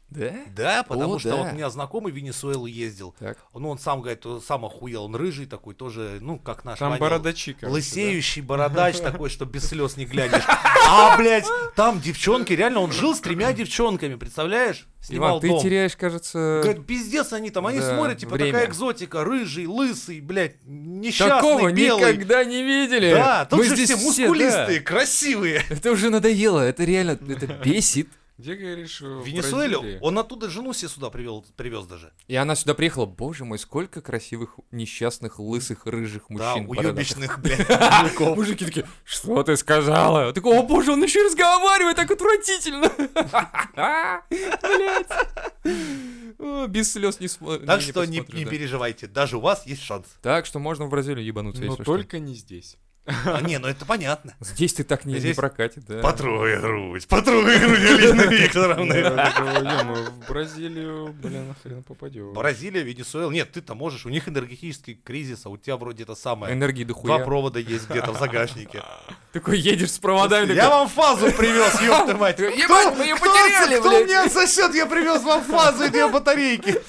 S2: Да?
S1: Да, потому
S2: О,
S1: что
S2: да.
S1: вот у меня знакомый в Венесуэлу ездил.
S2: Так.
S1: Ну, он сам говорит, он сам охуел, он рыжий такой, тоже, ну, как наш
S3: Там
S1: Ванил.
S3: бородачи, короче,
S1: Лысеющий бородач такой, что без слез не глянешь. А, блядь, там девчонки, реально, он жил с тремя девчонками, представляешь? Снимал
S2: Иван, ты
S1: дом.
S2: теряешь, кажется...
S1: Говорит, пиздец они там, они
S2: Да,
S1: смотрят, типа,
S2: время.
S1: такая экзотика, рыжий, лысый, блядь, несчастный,
S2: Такого
S1: белый.
S2: никогда не видели.
S1: Да, тут
S2: Мы
S1: же
S2: здесь
S1: все
S2: да.
S1: мускулистые, красивые.
S2: Это уже надоело, это реально, это бесит.
S3: да. Где, говоришь,
S1: В
S3: в
S1: Венесуэле
S3: Бразилии?
S1: он оттуда жену себе сюда привел, привез даже.
S2: И она сюда приехала, боже мой, сколько красивых, несчастных, лысых, рыжих
S1: Да,
S2: мужчин. бородатых».
S1: уебищных, блядь, мужиков.
S2: Мужики такие, что ты сказала? Я Такой, о боже, он еще и разговаривает так отвратительно. Блять. О, Без слез не смотрит.
S1: Так что не не переживайте, даже у вас есть шанс.
S2: Так что можно в Бразилию ебануться,
S3: Но
S2: если что.
S3: только не здесь.
S1: А, Не, ну это понятно.
S2: Здесь ты так не не
S1: Здесь-
S2: прокатит, да.
S1: Потрогай грудь, потрогай грудь Алины
S3: Ну,
S1: Викторовны.
S3: Я говорю, «Е-мое, В Бразилию, блин, нахрен попадем.
S1: Бразилия, Венесуэла. Нет, ты-то можешь, у них энергетический кризис, а у тебя вроде это самое.
S2: Энергии
S1: Два
S2: дохуя.
S1: провода есть где-то в загашнике.
S2: Такой едешь с проводами,
S1: Я
S2: такой,
S1: вам фазу привез, ёпта мать.
S2: Ебать, мы её потеряли,
S1: кто
S2: блядь.
S1: мне сосет? Я привез вам фазу и две батарейки.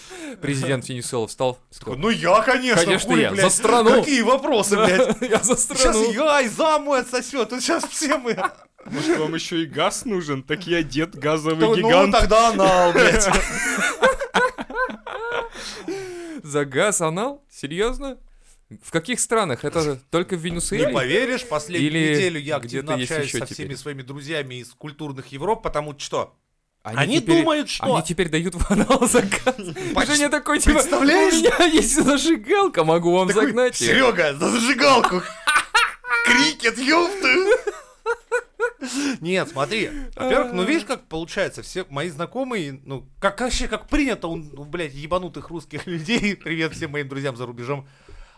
S2: президент Венесуэлы встал. сказал,
S1: Ну я, конечно,
S2: Конечно,
S1: хуй,
S2: я. За
S1: блядь.
S2: страну.
S1: Какие вопросы, блядь.
S2: Я за
S1: Сейчас
S2: страну.
S1: я и заму отсосет, сейчас все мы...
S3: Может, вам еще и газ нужен? Так я дед газовый
S1: Ну
S3: гигант.
S1: тогда анал, блядь.
S2: За газ анал? Серьезно? В каких странах? Это же только в
S1: Не
S2: Венесуэле?
S1: поверишь, последнюю
S2: Или
S1: неделю я активно
S2: где-то есть
S1: общаюсь
S2: еще
S1: со
S2: теперь.
S1: всеми своими друзьями из культурных Европ, потому что они,
S2: теперь-
S1: думают, что...
S2: Они теперь дают в анал за газ.
S1: Почти.
S2: Женя такой, типа,
S1: Представляешь?
S2: у меня есть зажигалка, могу вам
S1: Такой,
S2: загнать её».
S1: Серега, за зажигалку! Крикет, ёпта! Нет, смотри, во-первых, ну видишь, как получается, все мои знакомые, ну, как вообще, как принято у, ну, блядь, ебанутых русских людей, привет всем моим друзьям за рубежом,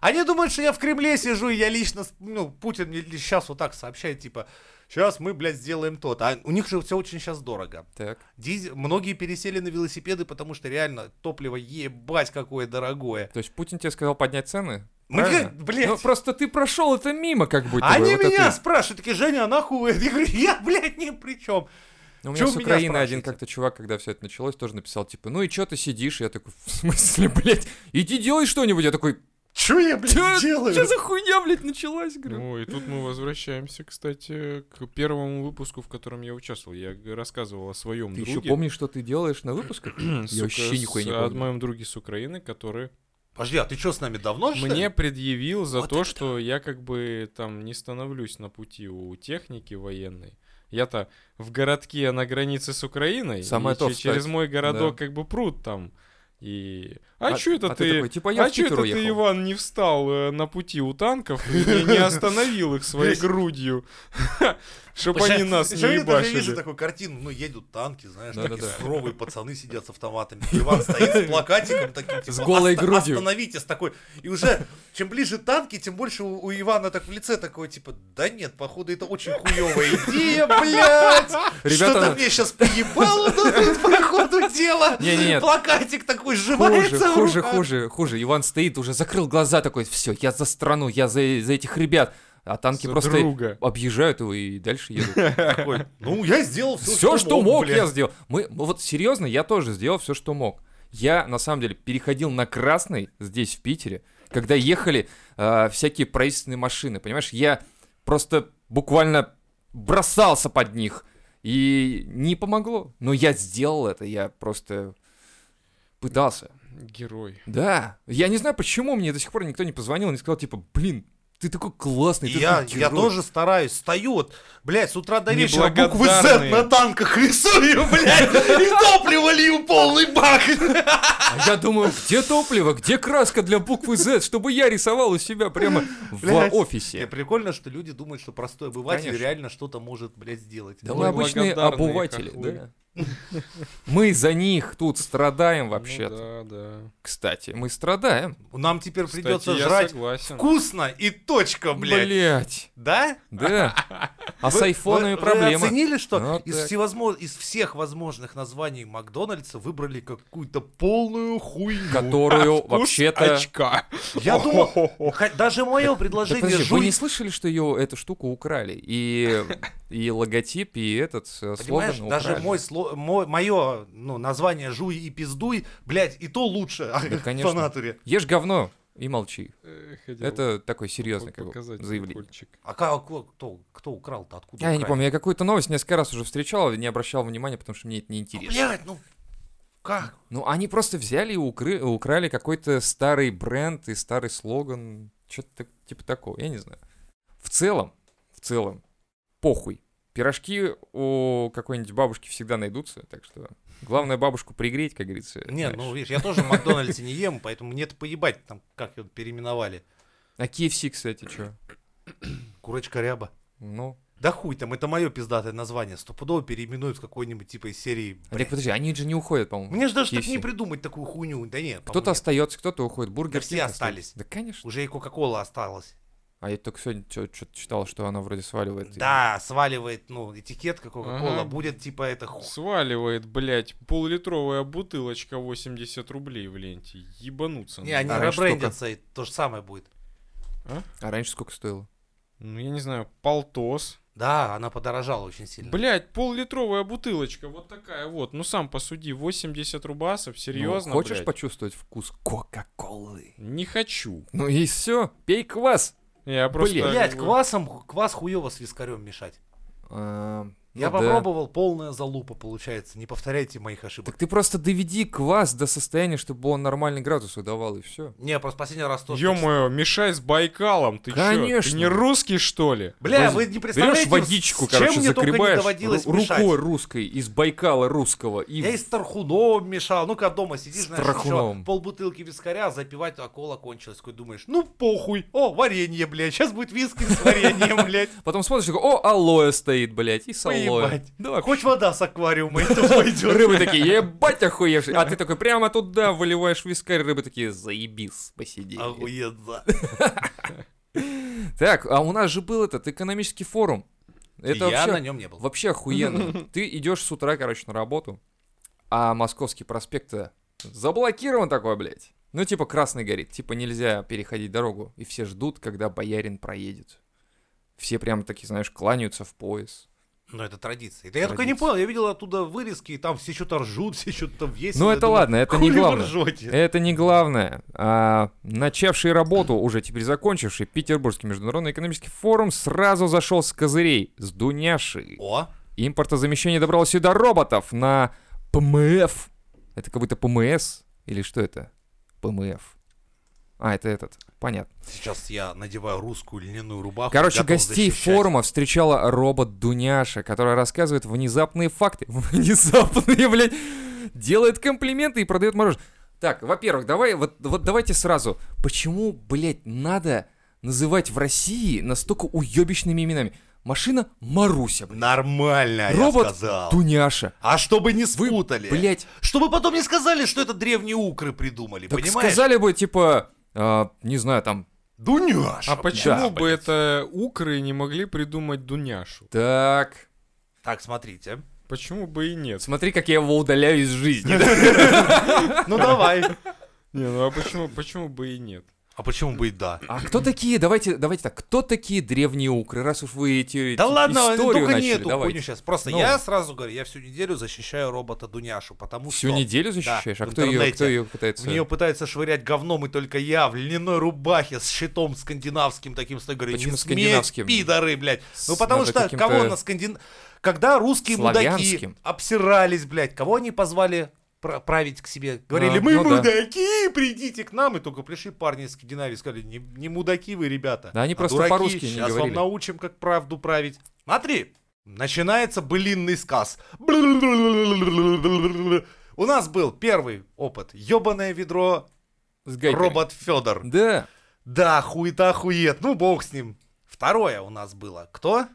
S1: они думают, что я в Кремле сижу, и я лично, с- ну, Путин мне сейчас вот так сообщает, типа, сейчас мы, блядь, сделаем то А у них же все очень сейчас дорого.
S2: Так,
S1: Дизе- Многие пересели на велосипеды, потому что реально топливо ебать какое дорогое.
S2: то есть Путин тебе сказал поднять цены?
S1: Мне,
S2: Правильно?
S1: блядь.
S2: Ну, просто ты прошел это мимо, как будто бы.
S1: Они
S2: вот это
S1: меня
S2: и-
S1: спрашивают, такие, Женя, а нахуй? Я говорю, я, блядь, ни при чем.
S2: Ну, У
S1: Чё
S2: меня
S1: вы
S2: с
S1: меня
S2: Украины
S1: спрашиваете?
S2: один как-то чувак, когда все это началось, тоже написал, типа, ну и чё ты сидишь? Я такой, в смысле, блядь, иди делай что-нибудь. Я такой,
S1: Че я,
S2: чё
S1: блядь,
S2: чё
S1: делаю?
S2: за хуйня, блядь, началась? Говорю,
S3: Ну, и тут мы возвращаемся, кстати, к первому выпуску, в котором я участвовал. Я г- рассказывал о своем
S1: Ну,
S2: Ты
S3: друге.
S2: еще помнишь, что ты делаешь на выпусках? Я вообще нихуя не
S3: О
S2: помню.
S3: моем друге с Украины, который
S1: Подожди, а ты что, с нами давно, что
S3: мне
S1: ли?
S3: предъявил за
S1: Вот
S3: то, что я как бы там не становлюсь на пути у техники военной. Я-то в городке на границе с Украиной,
S2: Самое
S3: и
S2: то
S3: че-
S2: встать.
S3: через мой городок
S2: Да.
S3: как бы пруд там. И... А,
S2: А-
S3: чё это
S2: а ты
S3: ты...
S2: такой, типа, я
S3: а
S2: в
S3: чё
S2: Питер
S3: это ты,
S2: уехал?
S3: Иван, не встал э, на пути у танков и не- не остановил их своей грудью? Чтобы они нас
S1: Ещё
S3: не
S1: я даже вижу
S3: ебашили.
S1: такую картину, ну, едут танки, знаешь,
S2: Да-да-да.
S1: такие суровые пацаны сидят с автоматами. Иван стоит с плакатиком таким, типа,
S2: С голой
S1: «Оста-
S2: грудью».
S1: Остановитесь, такой. И уже, чем ближе танки, тем больше у, у Ивана так в лице такое, типа, да нет, походу, это очень хуевая идея, блядь.
S2: Ребята, ну
S1: Что-то мне сейчас поебало да, тут, по ходу дела.
S2: Не-не-не.
S1: Плакатик такой
S2: Хуже,
S1: сжимается в
S2: хуже,
S1: руках.
S2: хуже, хуже. Иван стоит, уже закрыл глаза такой, все, я за страну, я за, за этих ребят. А танки
S3: За
S2: просто
S3: друга.
S2: объезжают его и дальше едут.
S1: Такой, ну, я сделал все,
S2: Все, что мог,
S1: блядь».
S2: я сделал. Мы, мы вот серьезно, я тоже сделал все, что мог. Я, на самом деле, переходил на красный здесь, в Питере, когда ехали э, всякие правительственные машины, понимаешь? Я просто буквально бросался под них. И не помогло. Но я сделал это, я просто пытался.
S3: Герой.
S2: Да. Я не знаю, почему мне до сих пор никто не позвонил, не сказал, типа, блин, ты такой классный, ты
S1: Я,
S2: такой
S1: я
S2: герой».
S1: тоже стараюсь, стою вот, блядь, с утра до вечера буквы Z
S3: Неблагодарные.
S1: на танках рисую, блядь, и топливо лью полный бак.
S2: А я думаю, где топливо, где краска для буквы Z, чтобы я рисовал у себя прямо в
S1: Блядь. Не,
S2: офисе.
S1: прикольно, что люди думают, что простой обыватель
S2: Конечно.
S1: реально что-то может, блядь, сделать.
S2: Да
S3: Ой,
S2: мы обычные
S3: благодарные
S2: обыватели,
S3: хохлы.
S2: да. Мы за них тут страдаем вообще-то.
S3: Ну, да, да.
S2: Кстати, мы страдаем.
S1: Ну, Нам теперь
S3: Кстати,
S1: придется
S3: я
S1: жрать
S3: согласен.
S1: вкусно и точка, блядь.
S2: Блять.
S1: Да?
S2: Да. А с
S1: Вы-
S2: айфонами
S1: вы- Вы
S2: проблема.
S1: оценили, что
S2: Вот
S1: из,
S2: так.
S1: всевозможных, из всех возможных названий Макдональдса выбрали какую-то полную хуйню.
S2: Которую
S3: Вкус
S2: вообще-то...
S3: очка.
S1: Я думал,
S3: Хо-хо-хо.
S1: ха- даже мое
S2: Да
S1: предложение
S2: подожди, вы
S1: жуй-
S2: не слышали, что ее эту штуку украли? И, и логотип, и этот э,
S1: Понимаешь,
S2: слоган
S1: даже
S2: украли.
S1: мой, сло- мой- мое ну, название «Жуй и пиздуй», блядь, и то лучше а
S2: Да, конечно.
S1: по натуре.
S2: Ешь говно и молчи.
S3: Э, хотел
S2: Это такой серьезный как бы,
S3: показать
S2: заявление.
S3: прикольчик.
S1: А ка- кто, кто, украл-то, откуда
S2: А, я не
S1: украли?
S2: помню, я какую-то новость несколько раз уже встречал, не обращал внимания, потому что мне это не
S1: Ну,
S2: интересно.
S1: блядь, ну как?
S2: Ну, они просто взяли и укры- украли какой-то старый бренд и старый слоган, что-то типа такого, я не знаю. В целом, в целом, похуй. Пирожки у какой-нибудь бабушки всегда найдутся, так что главное бабушку пригреть, как говорится.
S1: Не,
S2: знаешь.
S1: ну видишь, я тоже в Макдональдсе не ем, поэтому мне-то поебать, там, как его переименовали.
S2: А KFC, кстати, что?
S1: Курочка ряба.
S2: Ну,
S1: Да хуй там, это мое пиздатое название. Стопудово переименуют в какой-нибудь типа из серии.
S2: а так подожди, они же не уходят, по-моему.
S1: Мне же даже так
S2: KFC.
S1: не придумать такую хуйню. Да нет,
S2: Ну, Кто-то
S1: по мне.
S2: остается, кто-то уходит.
S1: Да
S2: Бургер
S1: все
S2: Кинг
S1: остались.
S2: Да, конечно.
S1: Уже и Кока-Кола осталась.
S2: А я только сегодня что-то читал, что она вроде сваливает. и-
S1: Да, сваливает, ну, этикетка Кока-Кола.
S3: Ага.
S1: Будет типа это ху-
S3: Сваливает, блядь, полулитровая бутылочка 80 рублей в ленте. Ебануться.
S1: Не,
S3: надо.
S1: они
S2: Вторая
S1: ребрендятся, и то же самое будет.
S2: А раньше сколько стоило?
S3: Ну, я не знаю, полтос.
S1: Да, она подорожала очень сильно.
S3: Блять, поллитровая бутылочка, вот такая вот. Ну сам посуди, 80 рубасов,
S2: Ну,
S3: серьезно.
S2: хочешь
S3: блядь?
S2: почувствовать вкус Кока-Колы?
S3: Не хочу.
S2: Ну и все, пей квас.
S3: Я просто.
S2: Блядь,
S1: Блять,
S3: как бы,
S1: квасом, квас хуево с вискарем мешать.
S2: А, ну
S1: Я
S2: да.
S1: попробовал, полная залупа получается. Не повторяйте моих ошибок.
S2: Так ты просто доведи квас до состояния, чтобы он нормальный градус выдавал, и все.
S1: Не, просто последний раз тоже...
S3: Ё-моё, мешай с Байкалом, ты чё?
S2: Конечно.
S3: Ты не русский, что ли?
S1: Бля, вы не представляете,
S2: Берешь водичку,
S1: с чем
S2: короче,
S1: мне только не
S2: закрываешь
S1: доводилось
S2: ру-
S1: мешать.
S2: рукой русской из Байкала русского и
S1: Я и с тархуном мешал. Ну-ка дома сидишь,
S2: С
S1: знаешь,
S2: тархуном.
S1: еще полбутылки вискаря, запивать, а кола кончилась. Такой думаешь, ну похуй. О, варенье, блядь. Сейчас будет виски с вареньем, блядь.
S2: потом смотришь, такой, о, алоэ стоит, блядь, и с алоэ.
S1: Поебать.
S2: Да,
S1: Хоть вода с аквариума это пойдет.
S2: А Рыбы такие, ебать охуевший. А ты такой прямо туда выливаешь вискарь, рыбы такие, заебись, посиди.
S1: А Охуенно.
S2: Так, а у нас же был этот экономический форум. Это
S1: Я
S2: вообще,
S1: на нем не был.
S2: вообще охуенно. Ты идешь с утра, короче, на работу, а Московский проспект-то заблокирован такой, блядь. Ну, типа, красный горит, типа, нельзя переходить дорогу. И все ждут, когда боярин проедет. Все прям такие, знаешь, кланяются в пояс.
S1: Но Ну, это традиция. Да я только не
S2: Традиция.
S1: понял, я видел оттуда вырезки, и там все что-то ржут, все что-то там есть.
S2: Ну, это ладно, это не главное». Э,
S1: ржете?
S2: Это не главное. А, начавший работу, уже теперь закончивший, Петербургский международный экономический форум сразу зашел с козырей, с Дуняши.
S1: О,
S2: Импортозамещение добралось и до роботов на ПМФ. Это как будто ПМС? Или что это? ПМФ. А, это этот. Понятно.
S1: сейчас я надеваю русскую льняную рубаху.
S2: Короче,
S1: А готов
S2: гостей
S1: защищать.
S2: форума встречала робот Дуняша, которая рассказывает внезапные факты. Внезапные, блядь. Делает комплименты и продает мороженое. Так, во-первых, давай, вот, вот давайте сразу. Почему, блядь, надо называть в России настолько уебищными именами? Машина Маруся, блядь.
S1: Нормально,
S2: Робот
S1: я сказал.
S2: Дуняша.
S1: А чтобы не
S2: Вы,
S1: спутали.
S2: блядь,
S1: Чтобы потом не сказали, что это древние укры придумали,
S2: Так
S1: понимаешь?
S2: сказали бы, типа, а, не знаю, там,
S1: Дуняш.
S3: А
S2: Да,
S3: почему бы это укры не могли придумать Дуняшу?
S2: так,
S1: Так, смотрите.
S3: Почему бы и нет?
S2: смотри, как я его удаляю из жизни.
S1: Ну давай.
S3: Не, ну а почему, почему бы и нет?
S1: А почему бы и да?
S2: А кто такие, давайте, давайте так, кто такие древние укры, раз уж вы эти
S1: Да
S2: эти
S1: ладно,
S2: историю
S1: только
S2: начали,
S1: не эту
S2: давайте.
S1: хуйню сейчас. Просто
S2: Ну.
S1: я сразу говорю, я всю неделю защищаю робота Дуняшу, потому
S2: Всю
S1: ну что...
S2: неделю защищаешь?
S1: Да,
S2: а
S1: в
S2: кто ее, кто
S1: интернете.
S2: ее пытается?
S1: В нее пытаются швырять говном, и только я в льняной рубахе с щитом скандинавским таким стою, говорю,
S2: Почему
S1: не смей,
S2: скандинавским?
S1: пидоры, блядь.
S2: С-
S1: Ну потому
S2: надо
S1: что
S2: каким-то
S1: кого на скандин... Когда русские мудаки
S2: славянским.
S1: обсирались, блядь, кого они позвали пра- править к себе? Говорили,
S2: А,
S1: мы
S2: ну да.
S1: мудаки, придите к нам. И только пришли парни из Скандинавии, сказали, не, не мудаки вы, ребята.
S2: Да они
S1: а
S2: просто
S1: дураки,
S2: по-русски не
S1: Сейчас вам
S2: говорили».
S1: научим, как правду править. Смотри, начинается былинный сказ. У нас был первый опыт. Ёбаное ведро,
S2: С гайками.
S1: робот Федор.
S2: Да,
S1: Да, хуета хует. Ну, бог с ним. Второе у нас было. Кто?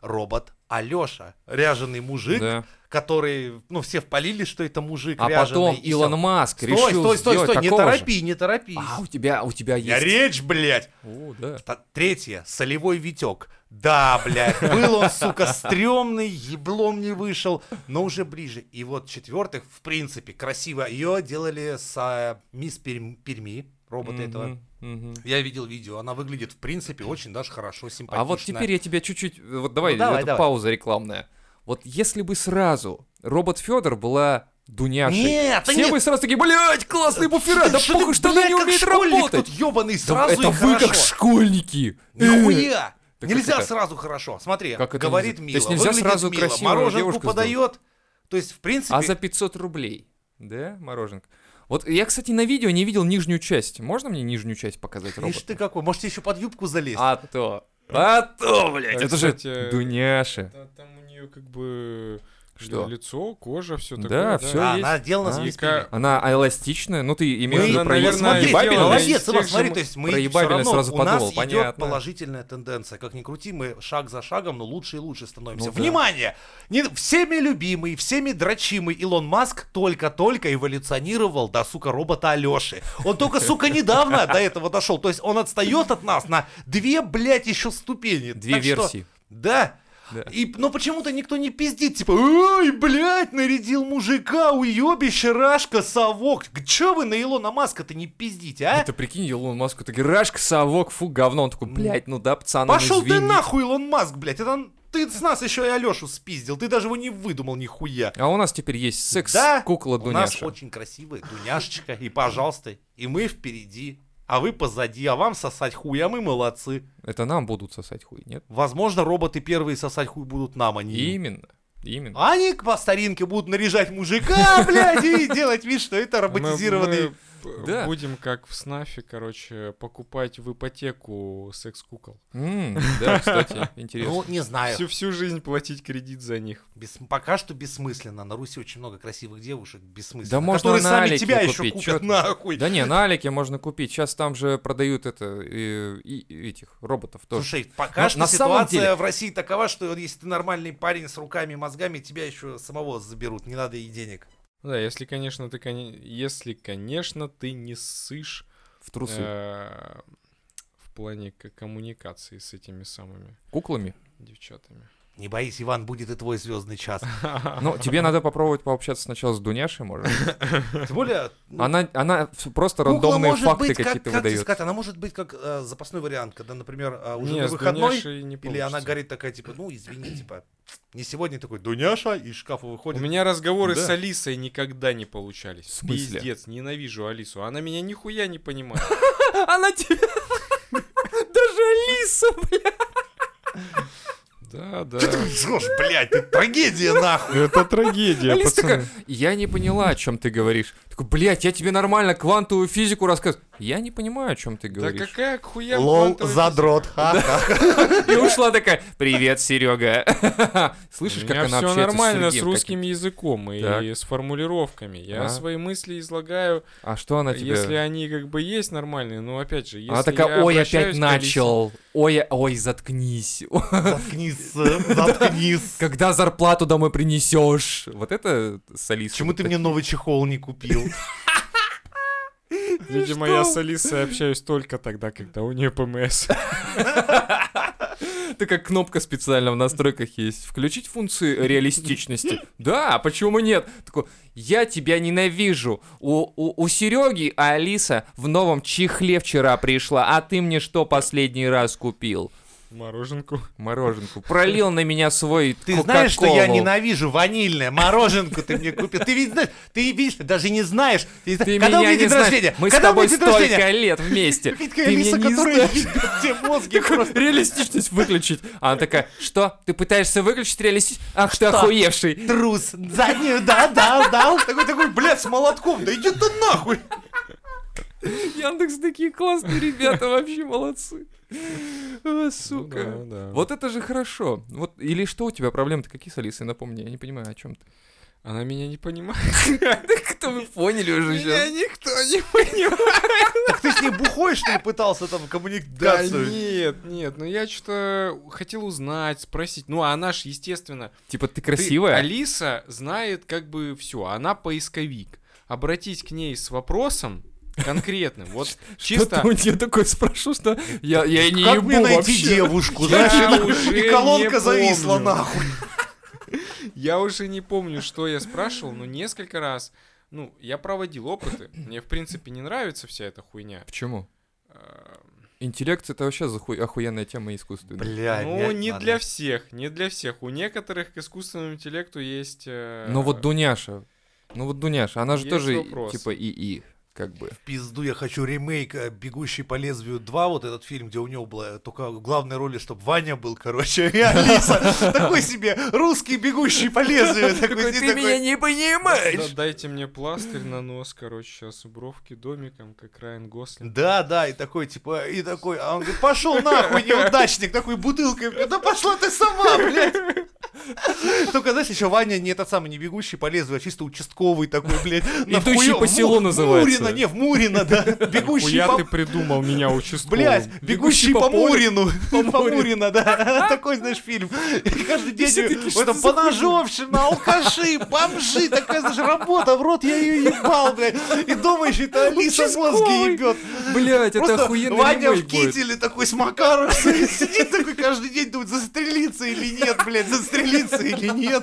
S1: робот Алеша. Ряженый мужик,
S2: Да.
S1: который, ну, все впалили, что это мужик
S2: А
S1: ряженый.
S2: потом
S1: и всё.
S2: Илон Маск
S1: Стой,
S2: решил
S1: стой, стой,
S2: сделать
S1: стой, не
S2: такого же.
S1: торопи, не торопись.
S2: А, у тебя, у тебя
S1: Я
S2: есть...
S1: речь, блядь.
S2: О, да.
S1: Та- Третье, солевой Витек. Да, блядь, был он, сука, стрёмный, еблом не вышел, но уже ближе. И вот четвертых, в принципе, красиво. Ее делали с а, мисс Перм- Перми, робота
S2: Мгм,
S1: этого.
S2: мгм.
S1: Я видел видео, она выглядит, в принципе, очень даже хорошо, симпатично.
S2: А вот теперь я тебя чуть-чуть... э, Вот давай,
S1: Ну, давай,
S2: это
S1: давай.
S2: пауза рекламная. Вот если бы сразу робот Федор была Дуняшей,
S1: Нет, да
S2: все
S1: нет.
S2: бы сразу такие, блядь, классные буфера, да
S1: ты,
S2: похуй, что она
S1: блядь,
S2: не
S1: как
S2: умеет
S1: школьник
S2: работать.
S1: тут ёбаный,
S2: Да
S1: сразу
S2: это
S1: и
S2: вы
S1: хорошо.
S2: как школьники. Э,
S1: Нихуя!
S2: Так
S1: нельзя
S2: как это?
S1: сразу хорошо. Смотри,
S2: Как это
S1: говорит
S2: нельзя?
S1: мило,
S2: То есть нельзя
S1: выглядит
S2: сразу
S1: мило,
S2: красивую
S1: мороженку
S2: девушку сделать?
S1: подает. То есть, в принципе,
S2: А за 500 рублей, да, мороженка? Вот я, кстати, на видео не видел нижнюю часть. Можно мне нижнюю часть показать
S1: Ишь
S2: робота?
S1: ты какой, можете еще под юбку залезть.
S2: А то. А то, блядь,
S3: А,
S2: это
S3: кстати,
S2: же
S1: э,
S2: Дуняша.
S3: Да, там у нее как бы э,
S2: Что?
S3: лицо, кожа, все
S2: Да,
S3: такое.
S2: всё
S1: Да,
S2: есть.
S1: она сделана с
S3: А.
S1: мисс
S3: И ка-
S1: Перми.
S2: Она эластичная, ну ты имеешь в виду
S1: Мы-
S2: про
S3: наверное,
S1: вот смотри,
S3: ебабельность.
S1: молодец, Иван,
S3: Тех же
S1: смотри,
S3: мы-
S1: то есть мы
S2: про
S1: всё
S2: ебабельность
S1: равно,
S2: сразу
S1: у нас
S2: подумал,
S1: идет
S2: понятно.
S1: положительная тенденция, как ни крути, мы шаг за шагом, но лучше и лучше становимся.
S2: Ну да.
S1: Внимание! Не- всеми любимый, всеми дрочимый Илон Маск только-только эволюционировал до, сука, робота Алёши. Он только, сука, недавно до этого дошел, то есть он отстает от нас на две, блядь, еще ступени.
S2: две
S1: Так что-
S2: версии.
S1: да.
S2: Да.
S1: И, но почему-то никто не пиздит, типа, ой, блядь, нарядил мужика, уёбище, рашка, совок. Г- Чё вы на Илона Маска-то не пиздите, а?
S2: Это прикинь, Илон Маск такой, рашка, совок, фу, говно. Он такой, блядь, ну да, пацаны, ну
S1: Пошел ты
S2: извини».
S1: нахуй, Илон Маск, блядь, это он- ты с нас еще и Алёшу спиздил, ты даже его не выдумал нихуя.
S2: А у нас теперь есть секс,
S1: Да,
S2: кукла
S1: У нас
S2: Дуняша.
S1: очень красивая Дуняшечка, и пожалуйста, и мы впереди, а вы позади, а вам сосать хуй, а мы молодцы.
S2: Это нам будут сосать хуй, нет?
S1: Возможно, роботы первые сосать хуй будут нам, а не им.
S2: Именно, именно.
S1: А Они по старинке будут наряжать мужика, блядь, и делать вид, что
S2: Ну,
S1: это
S3: Мы-
S1: роботизированный.
S3: мы б-
S2: Да.
S3: будем как в снафе, короче, покупать в ипотеку секс-кукол.
S2: М, Да, кстати, интересно.
S1: Ну, не знаю.
S3: Всю, всю жизнь платить кредит за них.
S1: Бес- Пока что бессмысленно. На Руси очень много красивых девушек бессмысленно.
S2: Да можно
S1: которые
S2: на
S1: сами
S2: Алике
S1: тебя еще
S2: купить, чё
S1: купят,
S2: ты.
S1: нахуй.
S2: Да не, на Алике можно купить. Сейчас там же продают это э, и, и- этих роботов тоже.
S1: Слушай, пока
S2: На-
S1: что
S2: на самом
S1: ситуация
S2: деле-
S1: в России такова, что если ты нормальный парень с руками и мозгами, тебя еще самого заберут. Не надо и денег.
S3: Да, если, конечно, ты, коне- если, конечно, ты не ссышь
S2: в трусы
S3: э, в плане к- коммуникации с этими самыми
S2: куклами.
S3: девчатами.
S1: Не боись, Иван, будет и твой звездный час. А
S2: Но тебе надо попробовать пообщаться сначала с Дуняшей, может.
S1: Тем более, ну,
S2: Она, она всё просто
S1: кукла
S2: рандомные
S1: может
S2: факты
S1: быть как-
S2: какие-то
S1: как тебе
S2: выдает.
S1: сказать, Она может быть как э, запасной вариант, когда, например, э, уже
S2: ну,
S3: Не,
S1: на
S3: с
S1: выходной...
S3: Дуняшей не
S1: Или она
S3: получится.
S1: горит такая, типа, ну, извини, типа, не сегодня такой, Дуняша, и из шкафа
S3: У
S1: выходит.
S3: меня разговоры
S2: Да.
S3: с Алисой никогда не получались.
S2: В смысле?
S3: Пиздец, ненавижу Алису. Она меня нихуя не понимает.
S2: Она тебе... Даже Алиса,
S3: Да, да.
S1: Ты такой, «Жёж, блядь, ты трагедия,
S2: Ну,
S1: нахуй.
S3: Это трагедия,
S2: Алиса такая, я не поняла, о чем ты говоришь. Такой, блядь, я тебе нормально квантовую физику рассказываю. Я не понимаю, о чем ты
S3: Да
S2: говоришь.
S3: какая к хуям
S1: Лол,
S3: квантовая
S1: задрот, ха-ха.
S2: И ушла такая, привет, Серега. Слышишь,
S3: У
S2: как
S3: меня
S2: она
S3: всё
S2: общается
S3: нормально с,
S2: Сергеем
S3: русским
S2: каким-то?
S3: языком и
S2: Так.
S3: с формулировками. Я
S2: А.
S3: свои мысли излагаю,
S2: А что она тебе...
S3: если они как бы есть нормальные, но опять же, если
S2: Она такая,
S3: я
S2: ой, опять
S3: обращаюсь к Алисе-
S2: начал. Ой, ой, заткнись.
S1: Заткнись, э, заткнись.
S2: Когда зарплату домой принесешь? Вот это с Алисой.
S1: Почему ты мне новый чехол не купил?
S3: Видимо,
S2: что?
S3: я с Алисой общаюсь только тогда, когда у нее ПМС.
S2: Такая кнопка специально в настройках есть. Включить функцию реалистичности. Да, а почему нет? Такой, я тебя ненавижу. У, у, Сереги Алиса в новом чехле вчера пришла, а ты мне что последний раз купил?
S3: Мороженку.
S2: Мороженку. Пролил на меня свой
S1: Ты знаешь, что я
S2: Кока-Колу.
S1: ненавижу ванильное мороженку ты мне купил. Ты ведь знаешь, ты видишь, даже не знаешь.
S2: Ты
S1: когда у
S2: меня
S1: меня
S2: не
S1: день
S2: знаешь.
S1: рождения?
S2: Мы
S1: когда
S2: с
S1: у меня
S2: тобой
S1: день
S2: столько
S1: рождения?
S2: лет вместе.
S1: Витька,
S2: Ты
S1: Алиса,
S2: меня не
S1: которая
S2: знаешь.
S1: ебет тебе мозги просто.
S2: Реалистичность выключить. А она такая, что? Ты пытаешься выключить реалистичность? Ах ты охуевший.
S1: Трус, заднюю, да, да, да. Такой, такой, блядь, с молотком, да иди ты нахуй.
S2: Яндекс такие классные ребята, вообще молодцы. А,
S3: Да,
S2: Сука.
S3: Ну да.
S2: Вот это же хорошо. Вот, или что у тебя проблемы-то? Какие с Алисой? Напомни, я не понимаю, о чем ты.
S3: Она меня не понимает.
S4: Кто вы поняли уже
S3: Меня
S4: сейчас?
S3: никто не понимает.
S5: Так ты с ней бухой, что ли, пытался там
S3: Да
S5: коммуникацию?
S3: нет, нет, ну я что-то хотел узнать, спросить. Ну, а она ж, естественно,
S2: Типа, ты
S3: Ты-
S2: красивая?
S3: Алиса знает как бы все. Она поисковик. Обратись к ней с вопросом конкретным. Вот
S2: Что ты
S3: чисто...
S2: у нее такое спрашиваешь, что я, я не
S5: Как
S2: ебу
S5: мне найти
S2: вообще?
S5: девушку,
S3: Я
S5: знаешь?
S3: уже
S5: И
S3: не
S5: колонка зависла
S3: помню.
S5: нахуй.
S3: Я уже не помню, что я спрашивал, но несколько раз... Ну, я проводил опыты. Мне, в принципе, не нравится вся эта хуйня.
S2: Почему?
S3: Э,
S2: Интеллект это вообще заху- охуенная тема искусства.
S5: Бля,
S3: Ну,
S5: нет,
S3: не
S5: ладно.
S3: для всех, не для всех. У некоторых к искусственному интеллекту есть... э,
S2: Но вот Дуняша, ну вот Дуняша, она же
S3: Есть
S2: тоже
S3: вопрос.
S2: типа ИИ, как бы.
S1: пизду, я хочу ремейк э, «Бегущий по лезвию 2», вот этот фильм, где у него была только в главной роли, чтобы Ваня был, короче, и Алиса. Такой себе русский «Бегущий по лезвию». Такой,
S4: Такой,
S1: не
S4: ты меня
S1: такой.
S4: не
S3: да-
S4: понимаешь.
S3: дайте мне пластырь на нос, короче, сейчас бровки домиком, как Райан Гослинг.
S1: Да, да, и такой, типа, и такой, а он говорит, пошел нахуй, неудачник, такой бутылкой, да пошла ты сама, блядь. Только, знаешь, еще Ваня не этот самый, не бегущий по лезвию, а чисто участковый такой, блядь. на
S2: Идущий
S1: хуё-
S2: по
S1: в
S2: селу
S1: Му-
S2: называется.
S1: Мурина, не, в Мурина, да, бегущий
S3: Хуя
S1: по
S3: ты придумал меня участковым.
S1: Блять, бегущий
S2: по
S1: по
S2: полю.
S1: Мурину.
S2: По
S1: По
S2: Мурину.
S1: Мурина, да. Такой, знаешь, фильм. И каждый
S2: все
S1: день
S2: такие,
S1: в
S2: что
S1: этом
S2: за хуйня?
S1: поножовщина, алкаши, бомжи. Такая, знаешь, работа. В рот я ее ебал, блядь. И дома еще это Алиса мозги
S2: Участковый.
S1: ебет.
S2: Блять, это
S1: Просто
S2: охуенный
S1: Ваня в
S2: ремейк будет.
S1: кителе такой с Макаром сидит такой каждый день, думает, застрелиться или нет, блядь, застрелиться или нет.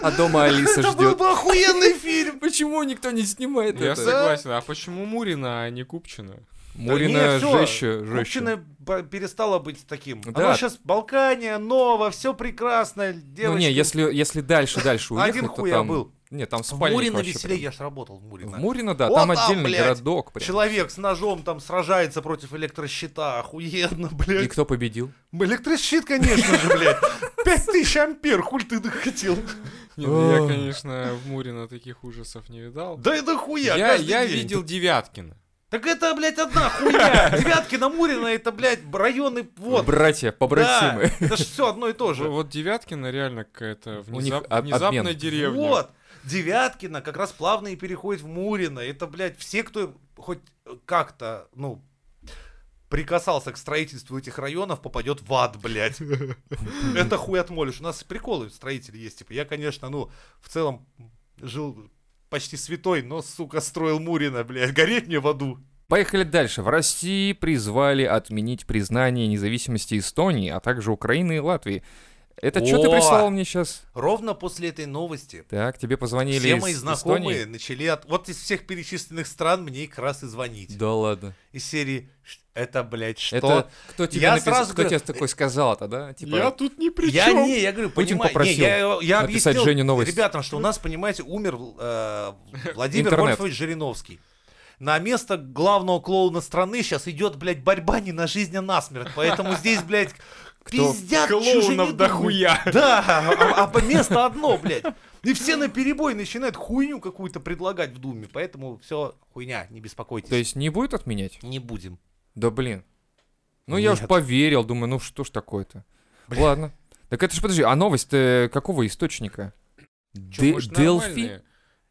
S2: А дома Алиса
S1: Это был
S2: ждет.
S1: бы охуенный фильм.
S2: Почему никто не снимает
S3: Я
S2: это?
S3: согласен. А почему Мурина, а не Купчина?
S2: Мурина
S1: не, всё.
S2: жестче, жестче.
S1: Купчино б- перестала быть таким.
S2: Да.
S1: Оно сейчас Балкания, ново, все прекрасно,
S2: Ну
S1: девочки.
S2: не, если, если дальше, дальше уехать,
S1: Один
S2: то
S1: хуй я
S2: там...
S1: был.
S2: Нет, там
S1: В
S2: спальник
S1: Мурино
S2: вообще
S1: веселее, я
S2: прям.
S1: ж работал в Мурино.
S2: В Мурино, да,
S1: Вот
S2: там
S1: там,
S2: отдельный
S1: блядь,
S2: городок прям.
S1: Человек с ножом там сражается против электрощита, охуенно,
S2: И
S1: блядь.
S2: кто победил?
S1: Электрощит, конечно же, блядь. 5000 ампер, хуль ты так хотел.
S3: Не, ну я,
S2: Ой.
S3: конечно, в Мурина таких ужасов не видал.
S1: Да это хуя,
S3: Я,
S1: каждый
S3: я
S1: день.
S3: видел Девяткина.
S1: Так это, блядь, одна хуйня. Девятки на Мурино, это, блядь, районы, вот.
S2: Братья,
S1: Да,
S2: побратимы.
S1: это же все одно и то же.
S3: Вот Девяткина реально какая-то
S2: них
S3: внезап-
S2: об-
S3: внезапная
S2: обмен.
S3: деревня.
S1: Вот. Девяткина как раз плавно и переходит в Мурина. Это, блядь, все, кто хоть как-то, ну, прикасался к строительству этих районов, попадет в ад, блядь. Это хуй отмолишь. У нас приколы строители есть. Типа, я, конечно, ну, в целом жил почти святой, но, сука, строил Мурина, блядь. Гореть мне в аду.
S2: Поехали дальше. В России призвали отменить признание независимости Эстонии, а также Украины и Латвии. Это что ты
S1: О!
S2: прислал мне сейчас?
S1: Ровно после этой новости
S2: Так, тебе позвонили
S1: все
S2: из
S1: мои знакомые
S2: Эстонии?
S1: начали от... Вот из всех перечисленных стран мне и как раз и звонить.
S2: Да ладно.
S1: Из серии «Ш- «Это, блядь, что?»
S2: Это кто тебе
S1: Я
S2: написал,
S1: сразу
S2: кто
S1: говорю,
S2: тебе такой сказал-то, да? Типа,
S3: Я тут ни при
S1: Я
S3: чем.
S1: не, я говорю,
S2: Путин
S1: понимаю,
S2: попросил
S1: не, я, я
S2: написать
S1: объяснил
S2: Жене новость.
S1: ребятам, что у нас, понимаете, умер э, Владимир
S2: Интернет.
S1: Вольфович Жириновский. На место главного клоуна страны сейчас идет, блядь, борьба не на жизнь, а на смерть. Поэтому здесь, блядь,
S2: Кто?
S1: пиздят чужие
S3: Клоунов
S1: думают.
S3: дохуя.
S1: Да, а, а место одно, блядь. И все на перебой начинают хуйню какую-то предлагать в Думе. Поэтому все хуйня, не беспокойтесь.
S2: То есть не будет отменять?
S1: Не будем.
S2: Да блин. Ну я уж
S1: Нет.
S2: поверил, думаю, ну что ж такое-то.
S1: Блин.
S2: Ладно. Так это ж, подожди, а новость-то какого источника?
S3: Чё,
S2: Де-
S3: может,
S2: Делфи?
S3: нормальные?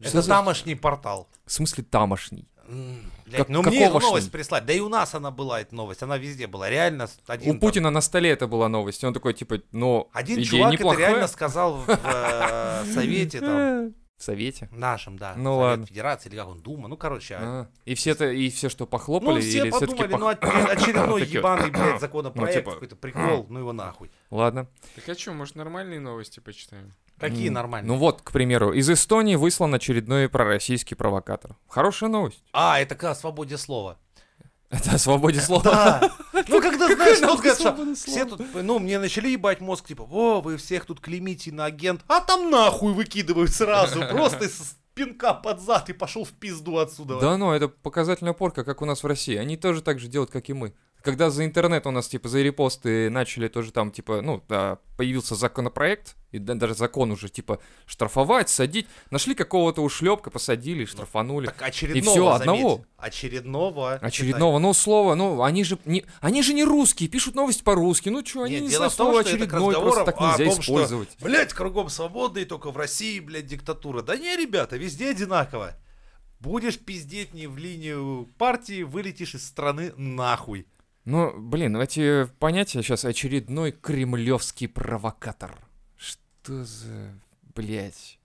S1: Это тамошний портал.
S2: В смысле тамошний?
S1: М,
S2: Как-
S1: Блядь, ну мне эту
S2: какого ж
S1: новость
S2: ним?
S1: прислать. Да и у нас она была, эта новость. Она везде была. Реально, с- один,
S2: У
S1: там-
S2: Путина на столе это была новость. и Он такой, типа, ну,
S1: один
S2: идея
S1: чувак это
S2: неплохая.
S1: реально сказал в э, Совете там,
S2: Э. В Совете.
S1: нашем, да.
S2: Ну
S1: Совет
S2: ладно.
S1: Федерации или как он, Дума. Ну, короче, а-
S2: А, И все то и все что похлопали,
S1: ну, все
S2: или все-таки
S1: подумали, ну, от- очередной
S2: Такие,
S1: ебаный, блядь, законопроект,
S2: типа,
S1: какой-то прикол, ну его нахуй.
S2: Ладно.
S3: Так а что, может, нормальные новости почитаем?
S1: Какие
S2: М,
S1: нормальные?
S2: Ну вот, к примеру, из Эстонии выслан очередной пророссийский провокатор. Хорошая новость.
S1: А, это как о свободе слова.
S2: Это о свободе слова.
S1: Да. Ну, когда, знаешь,
S2: нахуй
S1: тут говорят,
S2: свобода
S1: что все тут, ну, мне начали ебать мозг, типа, о, вы всех тут клеймите на агент, а там нахуй выкидывают сразу, просто из пинка под зад и пошел в пизду отсюда.
S2: Да ну, это показательная порка, как у нас в России. Они тоже так же делают, как и мы. когда за интернет у нас, типа, за репосты начали тоже там, типа, ну, да, появился законопроект, и да- даже закон уже, типа, штрафовать, садить, нашли какого-то ушлепка, посадили, штрафанули.
S1: Ну, Так очередного,
S2: всё,
S1: заметь.
S2: одного?
S1: Очередного.
S2: Очередного, ну, слово, ну, они же не, они же не русские, пишут новость по-русски, ну, что, они
S1: Нет,
S2: не
S1: дело
S2: знают
S1: в том,
S2: слово
S1: что это к
S2: очередной, просто
S1: разговорам
S2: так
S1: о
S2: нельзя
S1: том, что
S2: использовать.
S5: Блять, кругом свобода, и только в России, блядь, диктатура. Да не, ребята, везде одинаково. Будешь пиздеть не в линию партии, вылетишь из страны нахуй.
S2: Ну, блин, эти понятия сейчас очередной кремлевский провокатор. Что за... блять?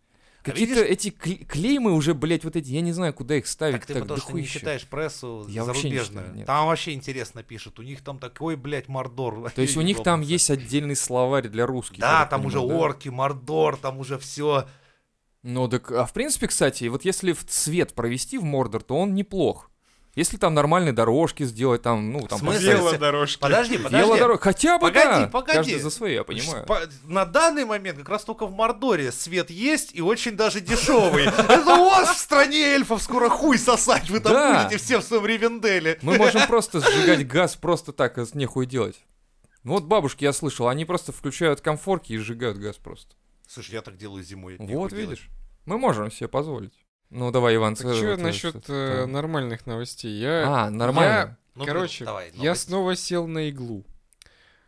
S1: А
S2: Какие-то эти кле- клеймы уже, блять, вот эти, я не знаю, куда их ставить.
S1: Так ты потому что не
S2: дохуище.
S1: читаешь прессу
S2: Я вообще не
S1: зарубежную.
S2: читаю, нет.
S1: там вообще интересно пишут. У них там такой, блядь, мордор.
S2: То есть у них там есть отдельный словарь для русских. я
S1: Да,
S2: так
S1: там уже
S2: понимаю, да?
S1: орки, мордор, там уже все.
S2: Ну, так, а в принципе, кстати, вот если в цвет провести в Мордор, то он неплох. Если там нормальные дорожки сделать, там, ну, там...
S1: В смысле?
S2: поставить-
S1: если-
S3: дорожки.
S1: Подожди, подожди.
S2: Велодорог- Хотя бы,
S1: Погоди,
S2: да.
S1: погоди.
S2: Каждый за свои, я
S1: Ш-
S2: понимаю.
S1: по- На данный момент как раз только в Мордоре свет есть и очень даже дешевый. Это у вас в стране эльфов скоро хуй сосать, вы
S2: Да. Ну,
S1: там будете все в своем Ревенделе.
S2: Мы можем просто сжигать газ, просто так, из нехуй делать. Ну вот бабушки, я слышал, они просто включают комфорки и сжигают газ просто.
S1: Слушай, я так делаю зимой.
S2: вот
S1: нихуя.
S2: видишь, мы можем себе позволить. Ну давай, Иван,
S3: Так
S2: э,
S3: что
S2: это-
S3: насчет
S2: это-
S3: э, нормальных новостей? Я,
S2: А, нормально.
S1: Ну,
S3: короче,
S1: давай,
S3: я
S1: новость.
S3: снова сел на иглу.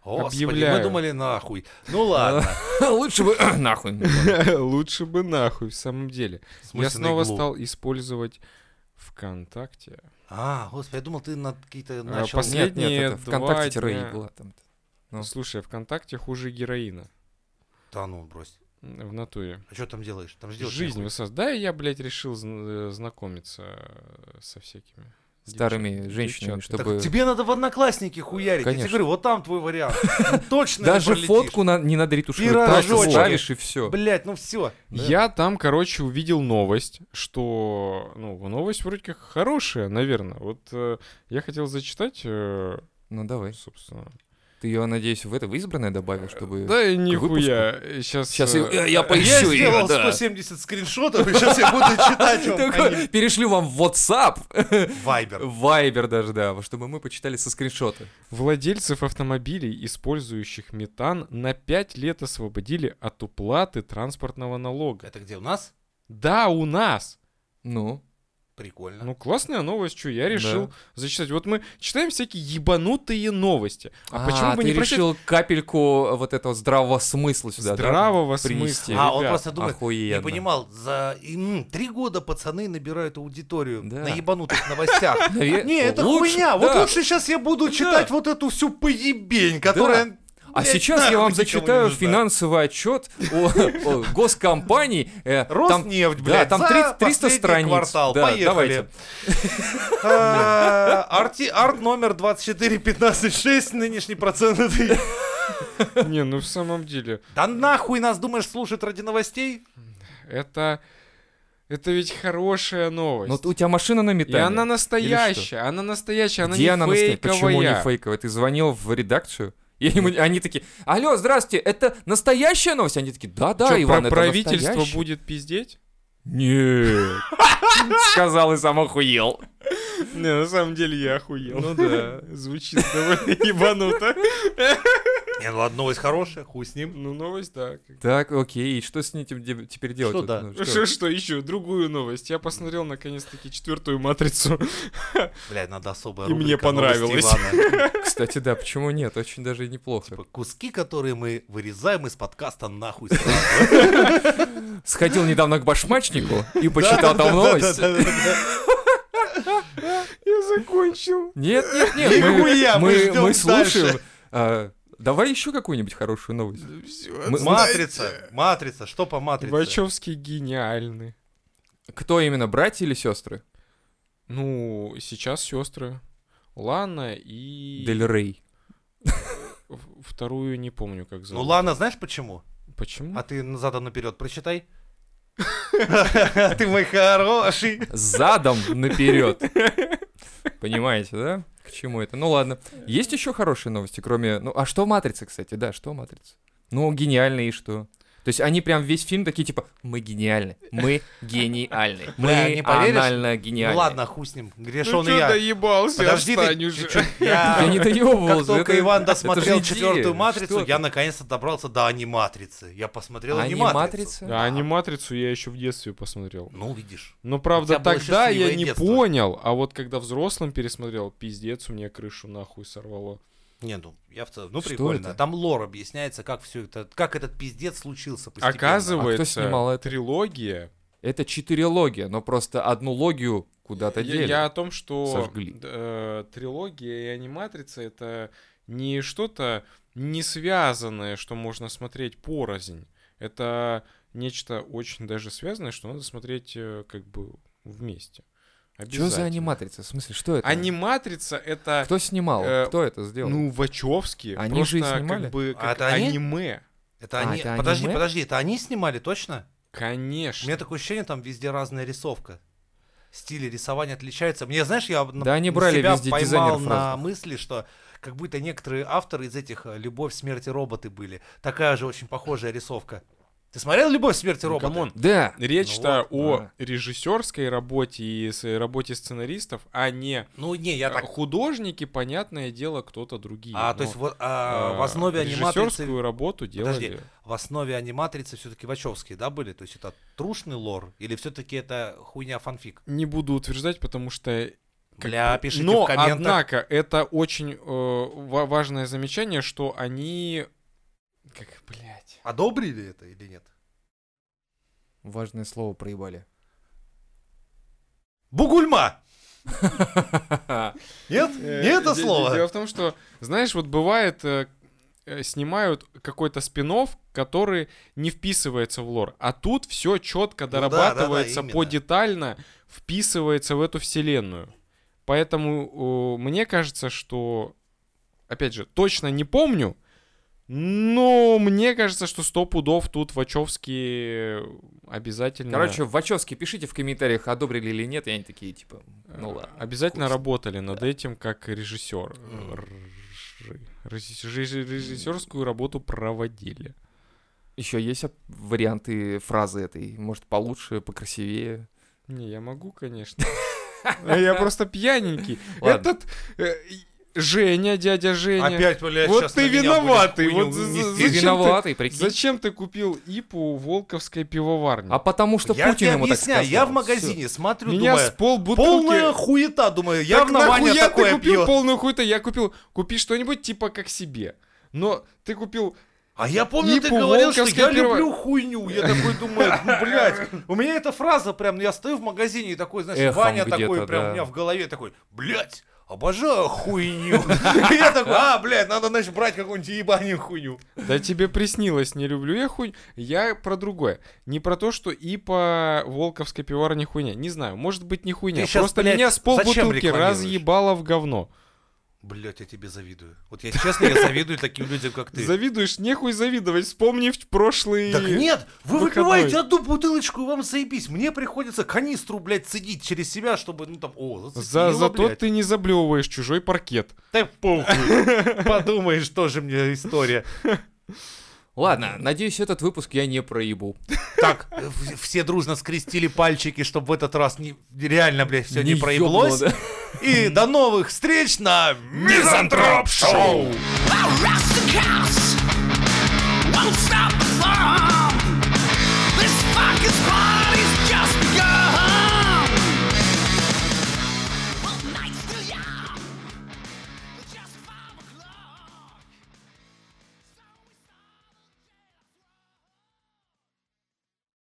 S1: Господи,
S3: объявляю.
S1: мы думали нахуй. Ну ладно.
S2: Лучше бы нахуй. ну, ладно.
S3: Лучше бы нахуй, в самом деле.
S1: В смысле,
S3: Я
S1: на
S3: снова
S1: иглу?
S3: стал использовать ВКонтакте.
S1: А, господи, я думал, ты на какие-то начал...
S3: Э, после-
S2: Нет,
S3: Последние
S2: нет, это
S3: два
S2: ВКонтакте
S3: дня.
S2: тире игла там. Ну.
S3: Слушай, ВКонтакте хуже героина.
S1: Да ну, брось.
S3: М, В натуре.
S1: А что там делаешь? Там же делаешь
S3: Жизнь
S1: нихуя.
S3: высос. Да, и я, блядь, решил зн- э, знакомиться э, со всякими.
S2: Старыми
S3: девчат-
S2: женщинами,
S3: девчатами.
S1: Так
S2: чтобы...
S1: тебе надо в одноклассники хуярить. Я
S2: Конечно.
S1: тебе говорю, вот там твой вариант. Ну, Точно не
S2: Даже
S1: пролетишь.
S2: фотку на- не надо ретушировать, просто
S1: Пирожочки.
S2: ставишь и все.
S1: Блять, ну все.
S2: Да.
S3: Я там, короче, увидел новость, что... Ну, новость вроде как хорошая, наверное. Вот э, я хотел зачитать, э,
S2: Ну давай.
S3: собственно.
S2: Ты ее, надеюсь, в это в избранное добавил, чтобы...
S3: Да и нихуя. Сейчас...
S2: Сейчас
S3: э,
S2: я, я
S1: Я
S2: поищу её,
S1: сделал
S2: да.
S1: 170 скриншотов, и сейчас я буду читать вам.
S2: Такой, Перешлю вам в WhatsApp.
S1: Вайбер.
S2: Вайбер даже, да, во- чтобы мы почитали со скриншота.
S3: Владельцев автомобилей, использующих метан, на 5 лет освободили от уплаты транспортного налога.
S1: Это где у нас?
S3: Да, у нас!
S2: Ну,
S1: Прикольно.
S3: Ну, классная новость, что я
S2: Да.
S3: решил зачитать. Вот мы читаем всякие ебанутые новости. А, почему бы
S2: ты
S3: не прочитать
S2: решил капельку вот этого здравого смысла сюда? да?
S3: здравого
S2: принести.
S3: смысла?
S1: А, он
S3: ребят?
S1: просто думает,
S2: Охуенно.
S1: не понимал, за м, три года пацаны набирают аудиторию
S2: Да.
S1: на ебанутых новостях.
S2: Наве-
S1: А, Не, это
S2: лучше-
S1: хуйня. Вот
S2: да.
S1: лучше сейчас я буду читать вот эту всю поебень, которая...
S2: А
S1: блядь,
S2: сейчас я
S1: нахуй
S2: вам
S1: никому
S2: зачитаю
S1: не нужна.
S2: финансовый отчет о, о госкомпании. э, там-
S1: Роснефть,
S2: да,
S1: блядь,
S2: там
S1: за
S2: 30 300
S1: последний
S2: страниц.
S1: квартал.
S2: Да,
S1: Поехали.
S2: давайте.
S1: А, арти- Арт номер 24156, нынешний процент.
S3: Не, ну в самом деле,
S1: Да нахуй нас, думаешь, слушать ради новостей?
S3: это... Это ведь хорошая новость.
S2: Но Ну, у тебя машина на
S3: И
S2: металле.
S3: она настоящая, она настоящая, она
S2: Где
S3: не
S2: она настоя-
S3: фейковая.
S2: Почему не фейковая? Ты звонил в редакцию? И ему- они такие, алло, здравствуйте, это настоящая новость? Они такие, да-да,
S3: Чё,
S2: Иван,
S3: про
S2: это
S3: правительство
S2: настоящая».
S3: будет пиздеть?
S2: Нет. Сказал и сам охуел.
S3: Не, на самом деле я охуел.
S2: Ну да.
S3: Звучит довольно ебануто.
S1: Не, ну ладно, новость хорошая, хуй с ним.
S3: Ну, новость, да. как-
S2: Так, окей, и что с ним тем- теперь делать?
S1: Что
S2: Вот,
S1: да?
S2: ну,
S3: Что, что еще? Другую новость. Я посмотрел наконец-таки четвертую матрицу.
S1: Блядь, надо особая
S3: И мне
S1: рубрика «Новости
S3: понравилось.
S1: Ивана».
S2: Кстати, да, почему нет? Очень даже и неплохо.
S1: Типа, Куски, которые мы вырезаем из подкаста нахуй сразу.
S2: Сходил недавно к башмачнику и почитал там новость.
S3: Я закончил.
S2: Нет, нет, нет,
S1: Нихуя,
S2: мы-
S1: мы
S2: мы
S1: ждём
S2: мы слушаем. А, Давай еще какую-нибудь хорошую новость.
S3: Все.
S2: Мы-
S1: Матрица, матрица, что по матрице?
S3: Вачовский гениальны.
S2: Кто именно, братья или сестры?
S3: Ну, сейчас сестры. Лана и...
S2: Дель Рей.
S3: в- Вторую не помню, как
S1: Ну
S3: зовут.
S1: ладно, знаешь почему?
S3: Почему?
S1: А ты задом наперед прочитай. Ты мой хороший.
S2: Задом наперед. Понимаете, да? К чему это? Ну ладно. Есть еще хорошие новости, кроме... Ну, а что Матрица, кстати? Да, что Матрица? Ну, гениально и что? То есть они прям весь фильм такие типа «Мы гениальны, мы гениальны,
S1: Бля,
S2: мы
S1: не поверишь?
S2: анально
S1: Ну
S2: гениальны».
S1: ладно, хуй с ним.
S3: Ну
S1: Грешен
S3: чё
S1: я.
S3: доебался,
S1: Подожди ты
S3: отстань уже.
S1: чуть-чуть.
S2: Я не доебывался.
S1: Как только
S2: это-
S1: Иван
S2: это же
S1: досмотрел
S2: идея.
S1: четвертую матрицу,
S2: Что
S1: я
S2: ты?
S1: наконец-то добрался до аниматрицы. Я посмотрел аниматрицу.
S2: Аниматрица?
S3: Да, аниматрицу я еще в детстве посмотрел.
S1: Ну, видишь.
S3: Но правда,
S1: тебя было
S3: тогда я
S1: счастливое
S3: не
S1: детство.
S3: понял, а вот когда взрослым пересмотрел, пиздец, у меня крышу нахуй сорвало.
S1: Не, ну, я в целом, ну
S2: Что
S1: прикольно.
S2: это?
S1: Там лор объясняется, как все это, как этот пиздец случился постепенно.
S3: Оказывается,
S2: А кто снимал это?
S3: трилогия.
S2: Это четырелогия, но просто одну логию куда-то
S3: Я,
S2: дели.
S3: я о том, что
S2: Сожгли.
S3: д- э, трилогия и аниматрица это не что-то не связанное, что можно смотреть порознь. Это нечто очень даже связанное, что надо смотреть э, как бы вместе.
S2: Что за
S3: Обязательно.
S2: аниматрица? В смысле, что это?
S3: Аниматрица это
S2: Кто снимал?
S3: Э,
S2: Кто это сделал?
S3: Ну, Вачовски.
S2: Они же и
S3: просто
S2: снимали.
S3: как бы
S1: А
S3: как
S1: это они?
S3: аниме.
S1: Это
S2: А,
S1: они.
S2: это
S1: подожди,
S2: аниме?
S1: подожди, это они снимали точно? У
S3: Конечно.
S1: меня такое ощущение, там везде разная рисовка. Стили рисования отличаются. Мне, знаешь, я на-
S2: Да они
S1: на
S2: брали
S1: себя
S2: везде
S1: поймал
S2: дизайнеров
S1: на
S2: разных.
S1: мысли, что как будто некоторые авторы из этих э, «Любовь, смерть и роботы» были. Такая же очень похожая рисовка. Ты смотрел «Любовь, смерть и
S3: Ну,
S1: роботы»?
S3: камон.
S2: Да.
S3: Речь-то
S2: Ну
S3: о
S2: вот, да.
S3: режиссерской работе и с- э, работе сценаристов, а не
S1: Ну, не, я так...
S3: художники, понятное дело, кто-то другие.
S1: А,
S3: Но,
S1: то есть вот, а,
S3: э,
S1: в основе аниматрицы...
S3: режиссерскую работу
S1: Подожди.
S3: делали.
S1: В основе аниматрицы все-таки вачовские, да, были? То есть это трушный лор? Или все-таки это хуйня фанфик?
S3: Не буду утверждать, потому что Как
S1: Бля,
S3: бы-
S1: пишите
S3: Но,
S1: в комментах.
S3: однако, это очень э, ва- важное замечание, что они... Как, блядь...
S1: Одобрили это или нет?
S2: Важное слово проебали.
S1: Бугульма! Нет?
S3: Э,
S1: Не это
S3: де-
S1: слово?
S3: Дело в том, что, знаешь, вот бывает, э, э, снимают какой-то спин который не вписывается в лор. А тут все четко
S1: Ну да, да, да,
S3: дорабатывается
S1: именно.
S3: по детально, вписывается в эту вселенную. Поэтому э, мне кажется, что, опять же, точно не помню, но мне кажется, что сто пудов тут Вачовски обязательно...
S2: Короче, Вачовски, пишите в комментариях, одобрили или нет, и они такие, типа, ну
S3: Э,
S2: ладно.
S3: Обязательно
S2: пусть.
S3: работали над этим как режиссер.
S1: Мгм.
S3: Р- режи- режи- Режиссерскую работу проводили.
S2: Еще есть оп- варианты фразы этой, может, получше, покрасивее.
S3: Не, я могу, конечно. Я просто пьяненький.
S2: Ладно.
S3: Этот э, и- Женя, дядя Женя.
S1: Опять, блядь,
S3: Вот
S1: щас
S3: ты
S1: на меня
S3: виноватый,
S1: будешь хуйню
S3: вот за- за-
S1: нести.
S2: Ты
S3: зачем ты-
S2: виноватый, прикинь.
S3: Зачем ты купил ипу Волковской пивоварни?
S2: А потому что
S1: Я
S2: Путин
S1: тебе
S2: ему так
S1: объясняю, я в
S2: сказал.
S1: магазине смотрю,
S3: Меня с
S1: думаю,
S3: пол
S1: полная хуета, думаю, явно
S3: Так
S1: Ваня
S3: нахуя ты
S1: такое
S3: купил
S1: пьет.
S3: полную хуйта? Я купил, купи что-нибудь типа как себе. Но ты купил
S1: А я помню, ты
S3: Ипу
S1: говорил, что
S3: Волковская
S1: я
S3: перво-
S1: люблю хуйню. Я такой думаю, ну, блядь. У меня эта фраза прям, ну, я стою в магазине и такой, знаешь,
S2: Эхом
S1: Ваня
S2: где-то,
S1: такой прям
S2: да.
S1: у меня в голове такой, блядь. Обожаю хуйню. И Я такой, а, блядь, надо, значит, брать какую-нибудь ебанью хуйню.
S3: Да тебе приснилось, не люблю я хуй. Я про другое. Не про то, что и по Волковской пиварне хуйня. Не знаю, может быть не хуйня.
S1: Ты щас,
S3: Просто
S1: блядь,
S3: меня с
S1: зачем
S3: полбутылки
S1: рекламируешь?
S3: разъебало в говно.
S1: Блядь, я тебе завидую. Вот я честно, я завидую таким людям, как ты.
S3: Завидуешь, нехуй завидовать. Вспомни в прошлый...
S1: Так нет, вы
S3: выходной.
S1: выпиваете одну бутылочку и вам заебись. Мне приходится канистру, блядь, цедить через себя, чтобы, ну там, о,
S3: За,
S1: зацепило,
S3: зато
S1: блядь.
S3: ты не заблевываешь чужой паркет.
S1: Да похуй. Подумаешь, тоже мне история.
S2: Ладно, надеюсь, этот выпуск я не проебу.
S1: Так, э, в- все дружно скрестили пальчики, чтобы в этот раз не, реально, блядь, все не,
S2: ёбнуло,
S1: проеблось.
S2: да.
S1: И до новых встреч на Мизантроп Шоу!
S6: I'll rock the house.